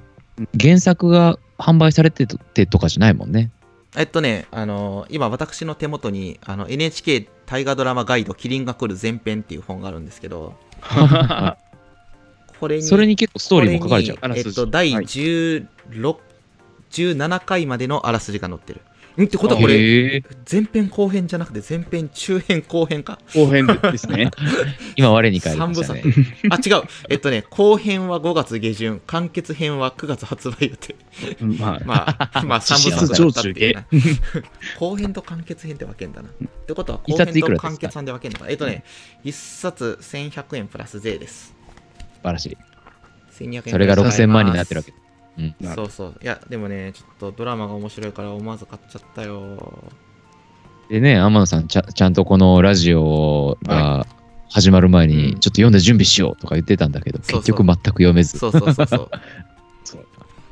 原作が販売されててとかじゃないもんねえっとね、あのー今私の手元にあの NHK 大河ドラマガイド「キリンが来る前編」っていう本があるんですけど、これにそれに結構ストーリーも書かれちゃうこれにあらえすっじと、第はい16、17回までのあらすじが載ってる。んってことはこれ、へえ。前編後編じゃなくて、前編中編後編か。後編ですね。今、我に返りましたね。あ、違う。えっとね、後編は5月下旬、完結編は9月発売予定。 まあ、ま あ、まあ、3部実質作だったっていうな。後編と完結編で分けんだな。ってことは、後一冊編いくとらですか完結編で分けんだな。えっとね、1冊1100円プラス税です。素晴らしい。 1200円それがプラス6000万になってるわけ。なるそうそう。いや、でもね、ちょっとドラマが面白いから思わず買っちゃったよ。でね、天野さんちゃ、ちゃんとこのラジオが始まる前に、うんちょっと読んで準備しようとか言ってたんだけど、そうそう結局全く読めず、そうそうそう そう。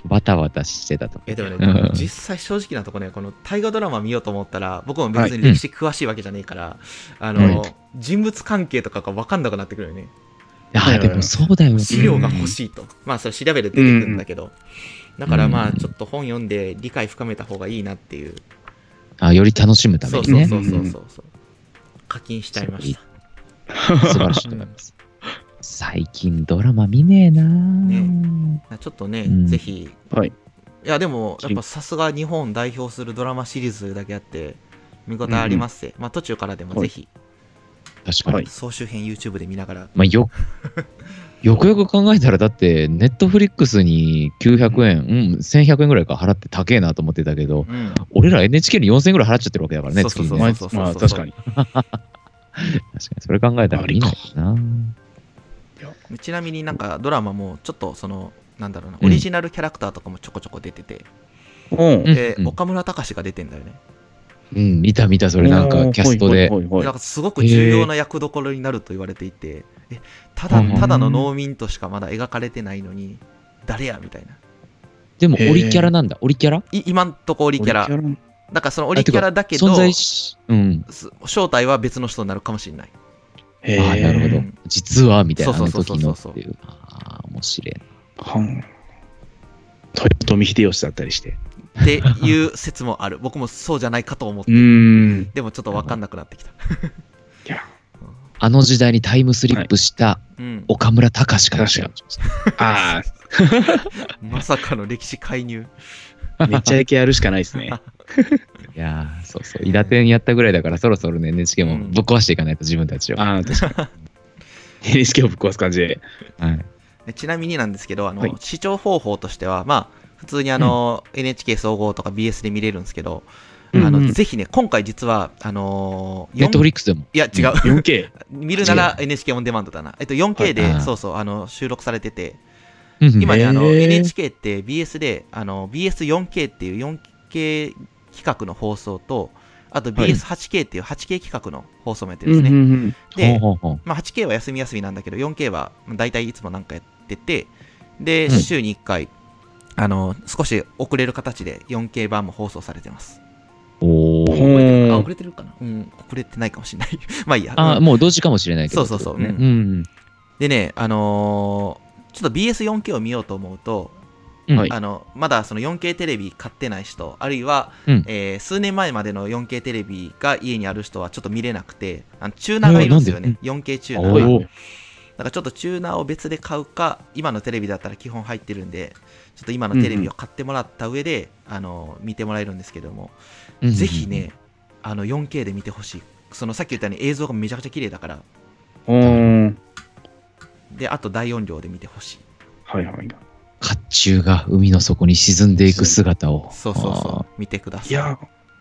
バタバタしてたと。えでもうねん、実際正直なとこね、この大河ドラマ見ようと思ったら、僕も別に歴史詳しいわけじゃねえから、あの、人物関係とかが分かんなくなってくるよね。あはあ、いはいはいでもそうだよね。資料が欲しいと。まあ、それ調べると出てくるんだけど。だからまあ、ちょっと本読んで理解深めた方がいいなっていう。あより楽しむためそうにそうね。そうそうそうそう。課金しちゃいました。素晴らしいと思います。最近ドラマ見ねえなねちょっとね、うんぜひ。はいいや、でも、やっぱさすが日本代表するドラマシリーズだけあって、見応えありますせ。まあ、途中からでもぜひ、確かに。はい総集編 YouTube で見ながらまあ、 よよくよく考えたら、だって、ネットフリックスに900円、うん、1100円ぐらいか払って高えなと思ってたけど、うん俺ら NHK に4000円ぐらい払っちゃってるわけだからね、そう月そうにそうね。まあまあ確かに。確かに、それ考えたら見ないな。ちなみになんかドラマもちょっとそのなんだろうなうんオリジナルキャラクターとかもちょこちょこ出てて、うんうんで岡村隆史が出てんだよね、うん、見た見た、それなんか、キャストで。ほいほいほいほいなんかすごく重要な役どころになると言われていてえただうんただの農民としかまだ描かれてないのに誰やみたいなでも、へーオリキャラなんだ。オリキャラい今んとこオリキャラオリだからそのオリキャラだけど存在し、うん。す正体は別の人になるかもしれないキャあラあ、へなるほど。実は、みたいな、あそのうそうそ時うそのうっそてういう。ああ、面白いな。はん。豊臣秀吉だったりして。っていう説もある僕もそうじゃないかと思ってん。でもちょっと分かんなくなってきた、いや、あの時代にタイムスリップしたうん、岡村隆史から確かにあまさかの歴史介入あ、めっちゃだけやるしかないですね。いやーそうそう、伊達にやったぐらいだから、そろそろね、NHK もぶっ壊していかないと、自分たちを。ああ、確かに。NHK をぶっ壊す感じで。はい、でちなみになんですけど、あのはい視聴方法としては、まあ、普通にあの、NHK 総合とか BS で見れるんですけど、あうんうんのぜひね、今回実は、あのーネットフリリックスでも。いや、違う、 4K。見るなら NHK オンデマンドだな。えっと、4K で、はいあーそうそう、あの収録されてて、うん今ね、あのへー NHK って BS で、あの BS4K っていう 4K 企画の放送と、あとはい BS8K っていう 8K 企画の放送もやってうるんですね。んで、ほうほうほうまあ、8K は休み休みなんだけど 4K はまあ大体いつもなんかやっててで、うん週に1回あの少し遅れる形で 4K 版も放送されてますおほーうあ遅れてるかなうん遅れてないかもしれない まあいいやあーうんもう同時かもしれないけど。そうそうそうねううん。でねあのーちょっと BS4K を見ようと思うと、うんはいあのまだその 4K テレビ買ってない人あるいは、うんえー数年前までの 4K テレビが家にある人はちょっと見れなくてあのチューナーがいるんですよね 4K チューナーおがいおだからちょっとチューナーを別で買うか、今のテレビだったら基本入ってるんで、ちょっと今のテレビを買ってもらった上で、あの見てもらえるんですけども、うんぜひね、あの 4K で見てほしい。そのさっき言ったように映像がめちゃくちゃ綺麗だから、おーで、あと大音量で見てほしい。はいはい。甲冑が海の底に沈んでいく姿を。そうそうあそう、見てください。いや、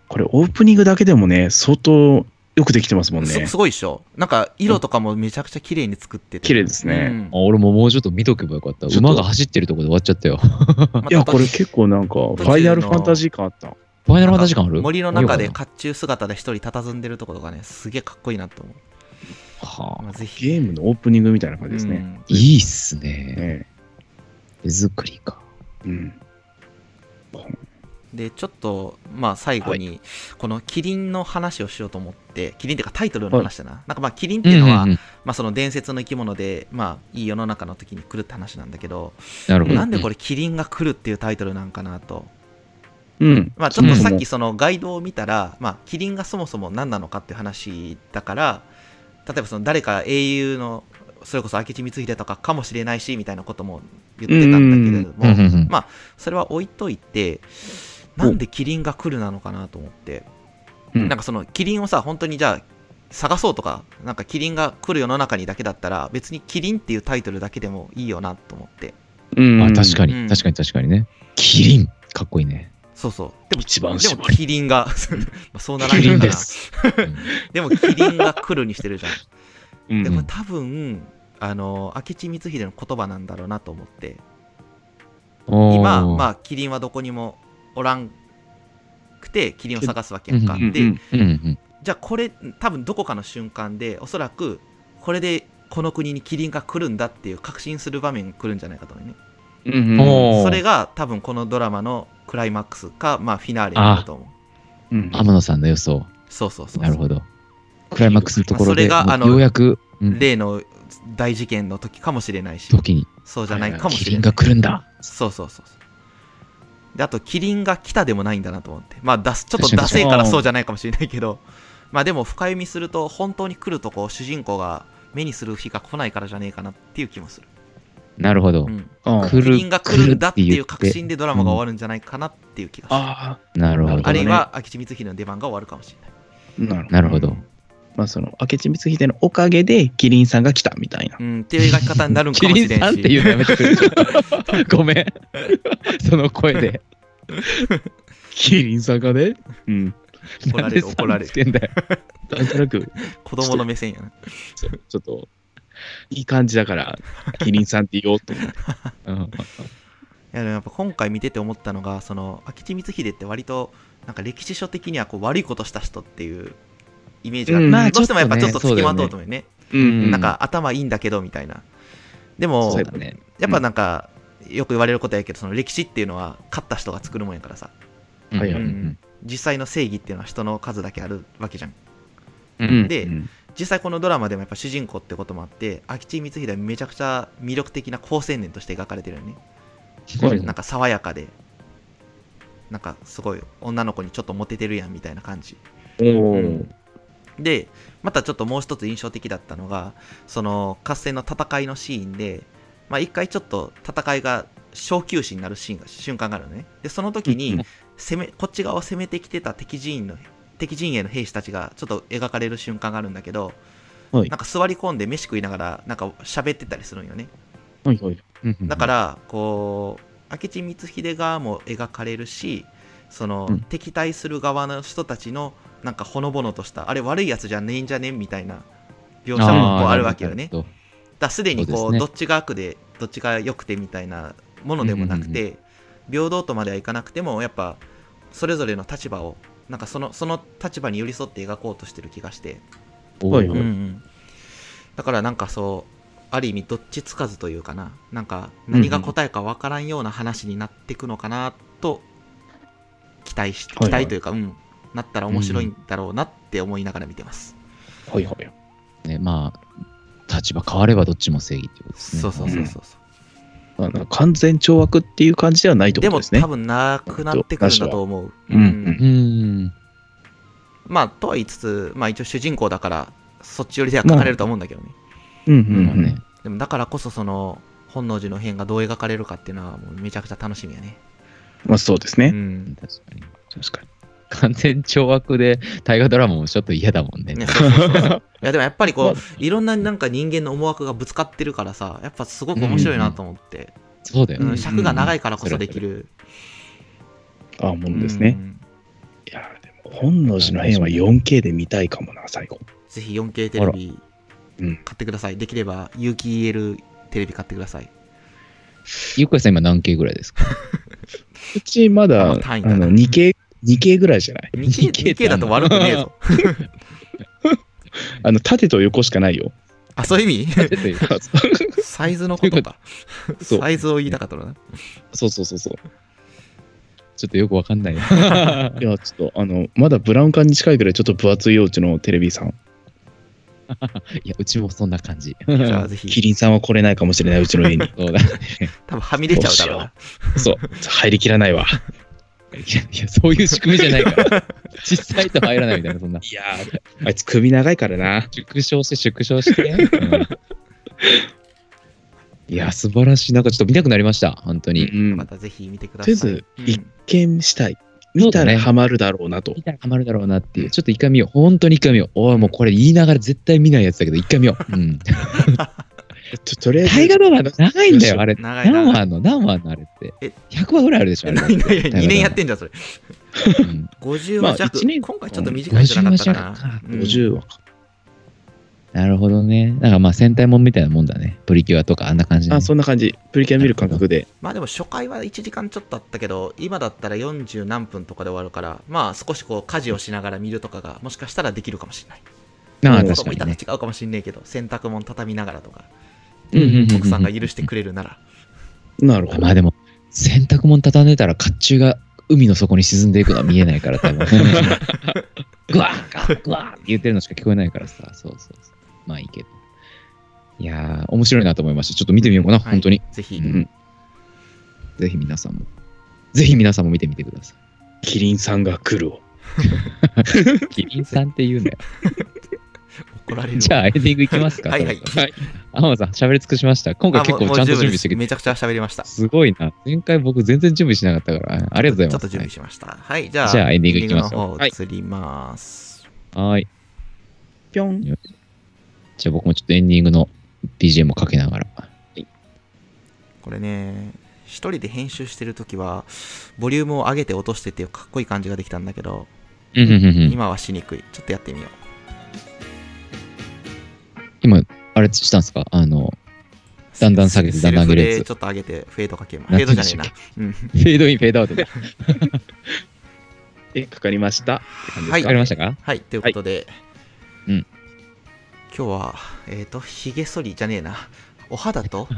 これオープニングだけでもね、相当よくできてますもんすねす。ごいでしょなんか色とかもめちゃくちゃ綺麗に作ってて。綺麗ですうんね。ー。あ俺ももうちょっと見とけばよかった。ちょっと馬が走ってるとこで終わっちゃったよ。フまいや、たこれ結構なんか、ファイナルファンタジー感あった。ァイナルファンタジー感ある森の中で見ようか甲冑姿で一人佇んでるところがね、すげえかっこいいなと思う。なはあまあ、ぜひ。ゲームのオープニングみたいな感じですうね。んいいっすね。ね手作りか。うん。でちょっとまあ最後にこのキリンの話をしようと思ってキリンっていうかタイトルの話だな、なんかまあキリンっていうのは、んんんまあその伝説の生き物でまあいい世の中の時に来るって話なんだけど、なるほど。なんでこれキリンが来るっていうタイトルなんかなとうん。まあちょっとさっきそのガイドを見たら、まあキリンがそもそも何なのかっていう話だから例えばその誰か英雄のそれこそ明智光秀とかかもしれないしみたいなことも言ってたんだけれども、うんうんうんまあそれは置いといてなんでキリンが来るなのかなと思って、うんなんかそのキリンをさ本当にじゃあ探そうとかなんかキリンが来る世の中にだけだったら別にキリンっていうタイトルだけでもいいよなと思ってうんあ確かうにん確かに確かにねキリンかっこいいねそうそうでも一番で絞もりキリンが まあそうならないキリのンかでなす。でもキリンが来るにしてるじゃんうんでも多分あの明智光秀の言葉なんだろうなと思って今、まああ、キリンはどこにもおらんくてキリンを探すわけやんか、うんでうんうんじゃあこれ多分どこかの瞬間でおそらくこれでこの国にキリンが来るんだっていう確信する場面が来るんじゃないかと思うねうんもおーそれが多分このドラマのクライマックスか、まあ、フィナーレだと思ううん天野さんの予想そうそうそうなるほどクライマックスのところでまあそれがもうあのようやくうん例の大事件の時かもしれないし時にそうじゃないかもしれキリないンが来るんだそうそうそうそうであとキリンが来たでもないんだなと思ってまあだすちょっ確とかダにセえからそうじゃないかもしれないけどまあでも深読みすると本当に来るとこを主人公が目にする日が来ないからじゃねえかなっていう気もする、なるほどうん、うん来るキリンが来るんだって来いうるって確言って信でドラマが終わるんじゃないかなっていう気がする、あなるほーどあるいねは明智光秀の出番が終わるかもしれないあ、なるほど。なるほどまあその明智光秀のおかげでキリンさんが来たみたいな。うんっていう描き方になるんか キもリしンれんさんしっていうのやめてくれちょっと ご めんその声でキリンさんがね、うん、怒られるなんで怒られさんつるけんだよなんとなく子供の目線やなそうちょっといい感じだからキリンさんって言おうと思って。うんいやでもやっぱ今回見てて思ったのがその明智光秀って割となんか歴史書的にはこう悪いことした人っていうイメージがあって、うんまあどうしてもやっぱちちょょっっととねつきまとうと思うよねううんなんか頭いいんだけどみたいなでもそうだねやっぱなんかよく言われることやけどその歴史っていうのは勝った人が作るもんやからさうんはいはいうん実際の正義っていうのは人の数だけあるわけじゃんうんでうん実際このドラマでもやっぱ主人公ってこともあって明智光秀はめちゃくちゃ魅力的な好青年として描かれてるよねすごいなんか爽やかでなんかすごい女の子にちょっとモテてるやんみたいな感じおーでまたちょっともう一つ印象的だったのがその合戦の戦いのシーンでまあ、一回ちょっと戦いが小休止になるシーンが瞬間があるのねでその時うんうに攻めこっち側を攻めてきてた敵陣の敵陣営の兵士たちがちょっと描かれる瞬間があるんだけど、はいなんか座り込んで飯食いながらなんか喋ってたりするんよねはいはい。うんだからこう明智光秀側も描かれるしその、うん敵対する側の人たちのなんかほのぼのとしたあれ悪いやつじゃねえんじゃねみたいな描写もこうあるわけよねなるほどだからすでにそこううですねどっちが悪でどっちが良くてみたいなものでもなくて、平等とまではいかなくてもやっぱそれぞれの立場をなんかそのその立場に寄り添って描こうとしてる気がして、はいはいうんうんだからなんかそうある意味どっちつかずというかななんか何が答えかわからんような話になっていくのかなと期待しは期いはい待というか、うんなったら面白いんだろうなって思いながら見てます、はいはい。ね、まあ、立場変わればどっちも正義ってことですね。そうそうそうそうそうあの完全懲悪っていう感じではないってこでともですね。多分なくなってくるんだと思う、うんうんうーん。まあとは言いつつ、まあ、一応主人公だからそっち寄りでは書かれると思うんだけどね、うんううんんうんね。でもだからこそその本能寺の変がどう描かれるかっていうのはもうめちゃくちゃ楽しみやね、まあそうですうね。ん、確かに。確かに。完全懲悪で、大河ドラマもちょっと嫌だもんね。ね そうそうそういやでもやっぱりこう、まあいろんななんか人間の思惑がぶつかってるからさやっぱすごく面白いなと思って、そうだようんね。尺が長いからこそできる。る、ああ、もうんのですね。いやー、でも本能寺の変は 4K で見たいかもな、最後。ぜひ 4K テレビらうん買ってください、できれば有機 EL テレビ買ってくださいゆっこりさん今何系ぐらいですかうちまだああ単位だなの 2K, 2K ぐらいじゃない 2K, 2K ってあ 2K んだのと悪くねえぞあの縦と横しかないよ。あそういう意 味サイズのことかそうサイズを言いたかったのなそうそうそうそう。ちょっとよくわか んないな。いや、ちょっとあの、まだブラウン管に近いぐらいちょっと分厚いよ、うちのテレビさん。いや、うちもそんな感じ。。じゃあぜキひリンさんは来れないかもしれない、うちの家に そうだ。多分はみ出ちゃうだろうなそう。入りきらないわ。いや、いやそういう仕組みじゃないから。小さいと入らないみたいな、そんな。いやー、あいつ首長いからな。縮小して、縮小して。うんいや、素晴らしい。なんかちょっと見たくなりました。本当うに。ん。まとたぜひ見てくださりあえいず、うん一見したい。見たそうだらねハマるだろうなと。見たらハマるだろうなっていう。ちょっと一回見よう。本当に一回見よう。おい、もうこれ言いながら絶対見ないやつだけど、一回見よう。うん。ととりあえず、大河ドラマ長いんだよ、あれ。長い何話な。あんの何話あんのあれってえ。 100話ぐらいあるでしょ、あいやれだっいて。や いや、2年やってんじゃん、それ。うん50まあ話弱。一年今回ちょっと短いんじゃなかったか50話な弱。うん50話か。なるほどね。なんかまあ戦隊もんみたいなもんだね。プリキュアとかあんな感じ、ね、あ、そんな感じ。プリキュア見る感覚で。まあでも初回は1時間ちょっとあったけど、今だったら40何分とかで終わるから、まあ少しこう家事をしながら見るとかが、もしかしたらできるかもしれない。なあうん確かにともね。違うかもしれないけど、洗濯物畳みながらとか、うんうんうんうん奥さんが許してくれるなら。なるほど。まあでも、洗濯物畳んでたら甲冑が海の底に沈んでいくのは見えないから、 多分。グワーガーグワーって言ってるのしか聞こえないからさ。そうそうそう。まあいいけど。いやー、面白いなと思いました。ちょっと見てみようかな、はい本当に。ぜひう、ん。ぜひ皆さんも。ぜひ皆さんも見てみてく ださキリンさんが来るを。い。キリンさんって言うね。怒られるわ。じゃあエンディングいきますか。はいはいそろそろ天野さん、喋り尽くしました。今回あも結う構もうちゃんと十分で準備しすてきて。めちゃくちゃ喋りました。すごいな。前回僕全然準備しなかったから、ありがとうごちょざいっと準ま備しました。はい、じゃあ、じゃあエンディングいきエまのすよ方移ります。す。はい。ぴょん。じゃあ僕もちょっとエンディングの BGM をかけながら。これね、一人で編集してるときは、ボリュームを上げて落としてっていうかっこいい感じができたんだけど、うんうんうんうん今はしにくい。ちょっとやってみよう。今、あれしたんですかあの、だんだん下げてだんだん上げるやつセルフでちょっと上げて、フェードかけまなフんェーてドじ言うんでゃしたっねえな。うん。フェードイン、フェードアウトで。え、かかりました。はわかりい。ましたかはい、ということで、はいうん今日は、えっ、と、ひげ剃りじゃねえな。お肌 と、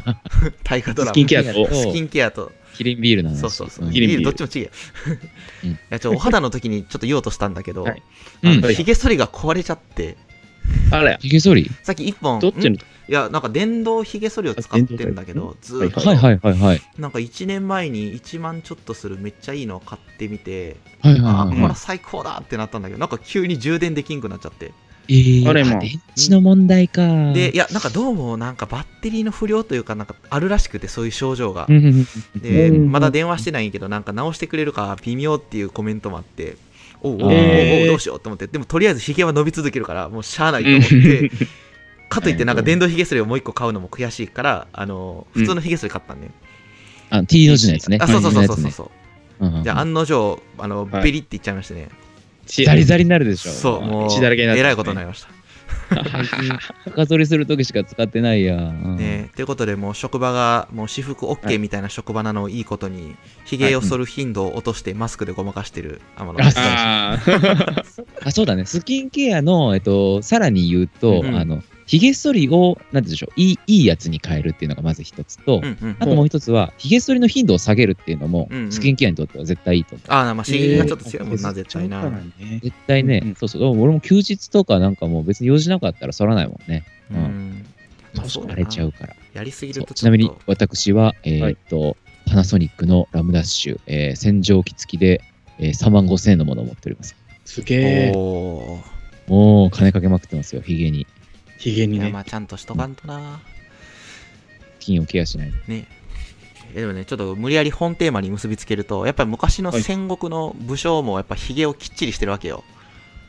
大河ドラスマ。キンケアと、スキンケアと、キリンビールなんですそうそうそう。んキリンビールどっちも違うよ。うんいやちょお肌の時にちょっと言おうとしたんだけど、はいうんはいひげ剃りが壊れちゃって、あれ、ひげ剃りさっき1本、どっちんいのや、なんか電動ひげ剃りを使ってんだけあ電ど、ずーっと、はいはいはいはい。なんか1年前に1万ちょっとするめっちゃいいのを買ってみて、はいはいあ、はいこはれ最高だってなったんだけど、なんか急に充電できんくなっちゃって。い。えーあれも電池の問題か。で、いや、なんかどうも、なんかバッテリーの不良というか、なんかあるらしくて、そういう症状がう。んうんうんで、うんまだ電話してないんやけど、なんか直してくれるか微妙っていうコメントもあって、おうおうおうおうえーどうしようと思って、でもとりあえずヒゲは伸び続けるから、もうしゃあないと思 って、かといってなんか電動ヒゲ剃りをもう一個買うのも悔しいから、あの、普通のヒゲ剃り買ったんね。あ、T の字のやつね。あ、そうそうそうそう真んそうそう。中のやつねうんうんうんじゃあ案の定、あの、はいベリっていっちゃいましてね。血ザリザリになるでしょ。そう、もう、血だらけになってますねえらいことになりました。最 近深剃りするときしか使ってないや。うんねということで、もう職場が、もう私服 OK みたいな職場なのをいいことに、ひげを剃る頻度を落としてマスクでごまかしてる天野あです。ああ。あそうだね、スキンケアの、えっと、さらに言うと、うんあのひげ剃りを、なんて言うんでしょういい、いいやつに変えるっていうのがまず一つと、うんうんあともう一つは、ひげ剃りの頻度を下げるっていうのも、うんうんスキンケアにとっては絶対いいと思う。あー、まあ、刺激がちょっと強いもんな、削っ絶ちゃう対かな。らね絶対ね、うんうんそうそう、俺も休日とかなんかもう別に用事なかったら剃らないもんね。ううんん。まあそうだな疲れちゃうから。やりすぎそるうとちなみにょっと私は、えーっと、パナソニックのラムダッシュ、えー洗浄機付きで、えー3万5千円のものを持っております。すげえ。おーもう金かけまくってますよ、ひげに。ひげにいや、ねま。あ、ちゃんとしとかんとな。金をケアしないと。ね。えでもね、ちょっと無理やり本テーマに結びつけると、やっぱり昔のはい戦国の武将もやっぱひげをきっちりしてるわけよ。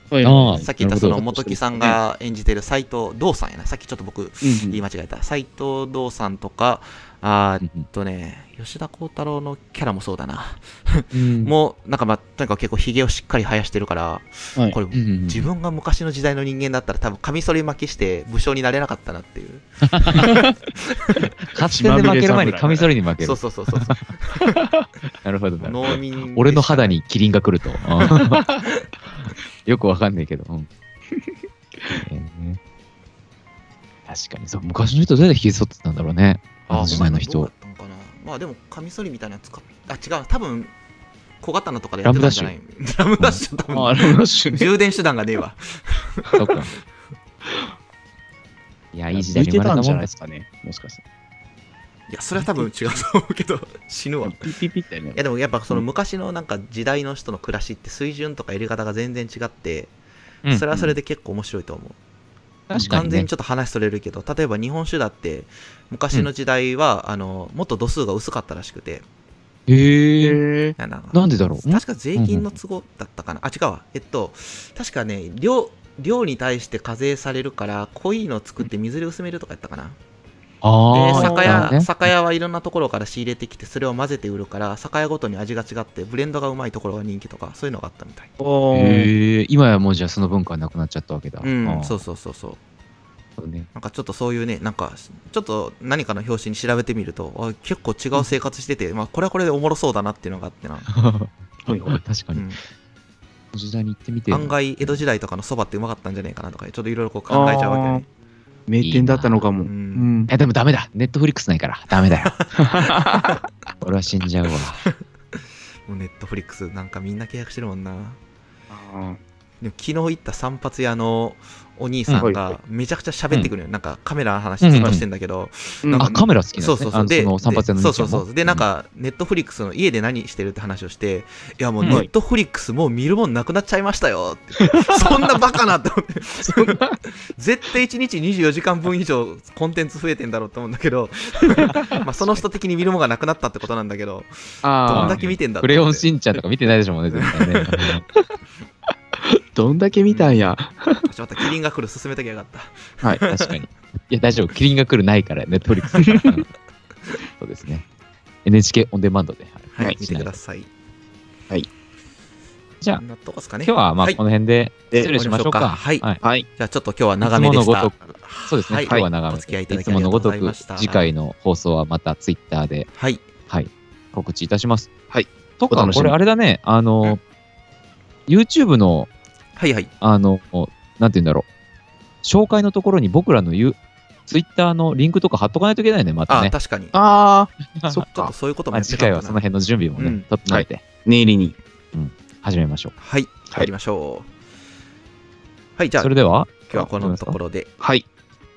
はいああさっき言ったそなのるほ本木さんが演じてる斎藤道さんやな。さっきちょっと僕うん言い間違えた。斎藤道さんとか、あーえっうんとね、吉田鋼太郎のキャラもそうだな。うんもう、なんかまあ、とにかく結構ひげをしっかり生やしてるから、はいこれうんうんうん自分が昔の時代の人間だったら多分カミソリ巻きして武将になれなかったなっていう。勝手に負ける前にカミソリに負けそるう。そうそうそうそう。なるほ どなるほど農民でした俺の肌。にキリンが来ると。よくわかんないけど。うんえー確かにそう。昔の人どうやってひげ剃ってたんだろうね。あの時代のどう人だっ。たのかなまあでもカミソリみたいなの使っあ、違う。多分小刀とかでやってたんじゃない ラムダッシュ多分。あ、ラムダッシュね。 充電手段がねえわ。そっか。いや、いい時代に生まれた抜いてたんじもゃんないでですす。かね。もしかしたら。いや、それは多分違うと思うけど、 死ぬわ。いピッピッピッってねや、。でもやっぱその昔のなんか時代の人の暮らしって水準とかやり方が全然違って、うんそれはそれで結構面白いと思う。確か完に全ねにちょっと話それるけど、例えば日本酒だって、昔の時代は、あの、もっと度数が薄かったらしくて、へええ。やななんでだろう確か税金の都合だったかな、あ違うわえっと確かね量量に対して課税されるから濃いの作って水で薄めるとかやったかなであ酒あ。なるほど屋ね酒屋はいろんなところから仕入れてきてそれを混ぜて売るから酒屋ごとに味が違ってブレンドがうまいところが人気とかそういうのがあったみたいおーへえ。今やもうじゃあその文化はなくなっちゃったわけだ。うんあそうそうそうそううね。 なんかちょっとそういうねなんかちょっと何かの表紙に調べてみるとあ結構違う生活してて、まあこれはこれでおもろそうだなっていうのがあってな、ほいほい確うかに。ん時代に行ってみて。案外江戸時代とかのそばってうまかったんじゃねえかなとかちょっといろいろこう考えちゃうわけね名店だったのかもいいなうんえ、でもダメだ。ネットフリックスないから。ダメ だよ。俺は死んじゃうわ。もうネットフリックスなんかみんな契約してるもんなあでも昨日行った散髪屋のお兄さんうんがめちゃくちゃ喋ってくるのよ、なんかカメラの話ずっとしてんだけど、ーうんなんあ、カメラ好きなんそですねうそうあそうのその散髪屋のそ兄うちそゃうんもそうでなん、かネットフリックスの家で何してるって話をしていやもううんネットフリックスもう見るもんなくなっちゃいましたよってそんなバカなって思って絶対1日24時間分以上コンテンツ増えてんだろうと思うんだけどまあその人的に見るもんがなくなったってことなんだけどどんあだーけ見てんだクレヨンしんちゃんとか見てないでしょうね、絶対ね。どんだけ見たんやちょっとキリンが来る進めときゃよかったはい、 確かに。いや、大丈夫。キリンが来るないから、ネットフリックスだから。うんそうですね。NHK オンデマンドで。はい、はい見てくださいはいじゃあこんなとこですかね今日はまあいこの辺でで失礼しましょうか。終わりましょうかはい。はいじゃあちょっと今日は長めでいつしもたのごとそうですね。はい今日は長おめ付き合いいで。ただいきあつもりがとのうごごとざいまくした次回の放送はまたツイッターで、はいはい、告知いたします。はい。とおか、楽しみこれあれだね、あの、YouTube の、はいはいあの、なんて言うんだろう、紹介のところに僕らの言う、ツイッターのリンクとか貼っとかないといけないね、またあね。確かにああそっちょっかとそういうことも まあやって次た回のはかそなの辺の準備もうんね、整えて念入りに始めましょう。はいやりましょうはいじゃあそれ今では、日はこのところではい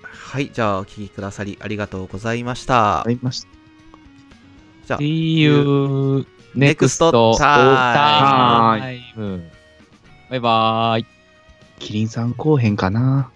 はいじゃあお聞きくださりありがとうございましたありましたじゃあ See you next next time time. バイバーイ。キリンさん来おへんかな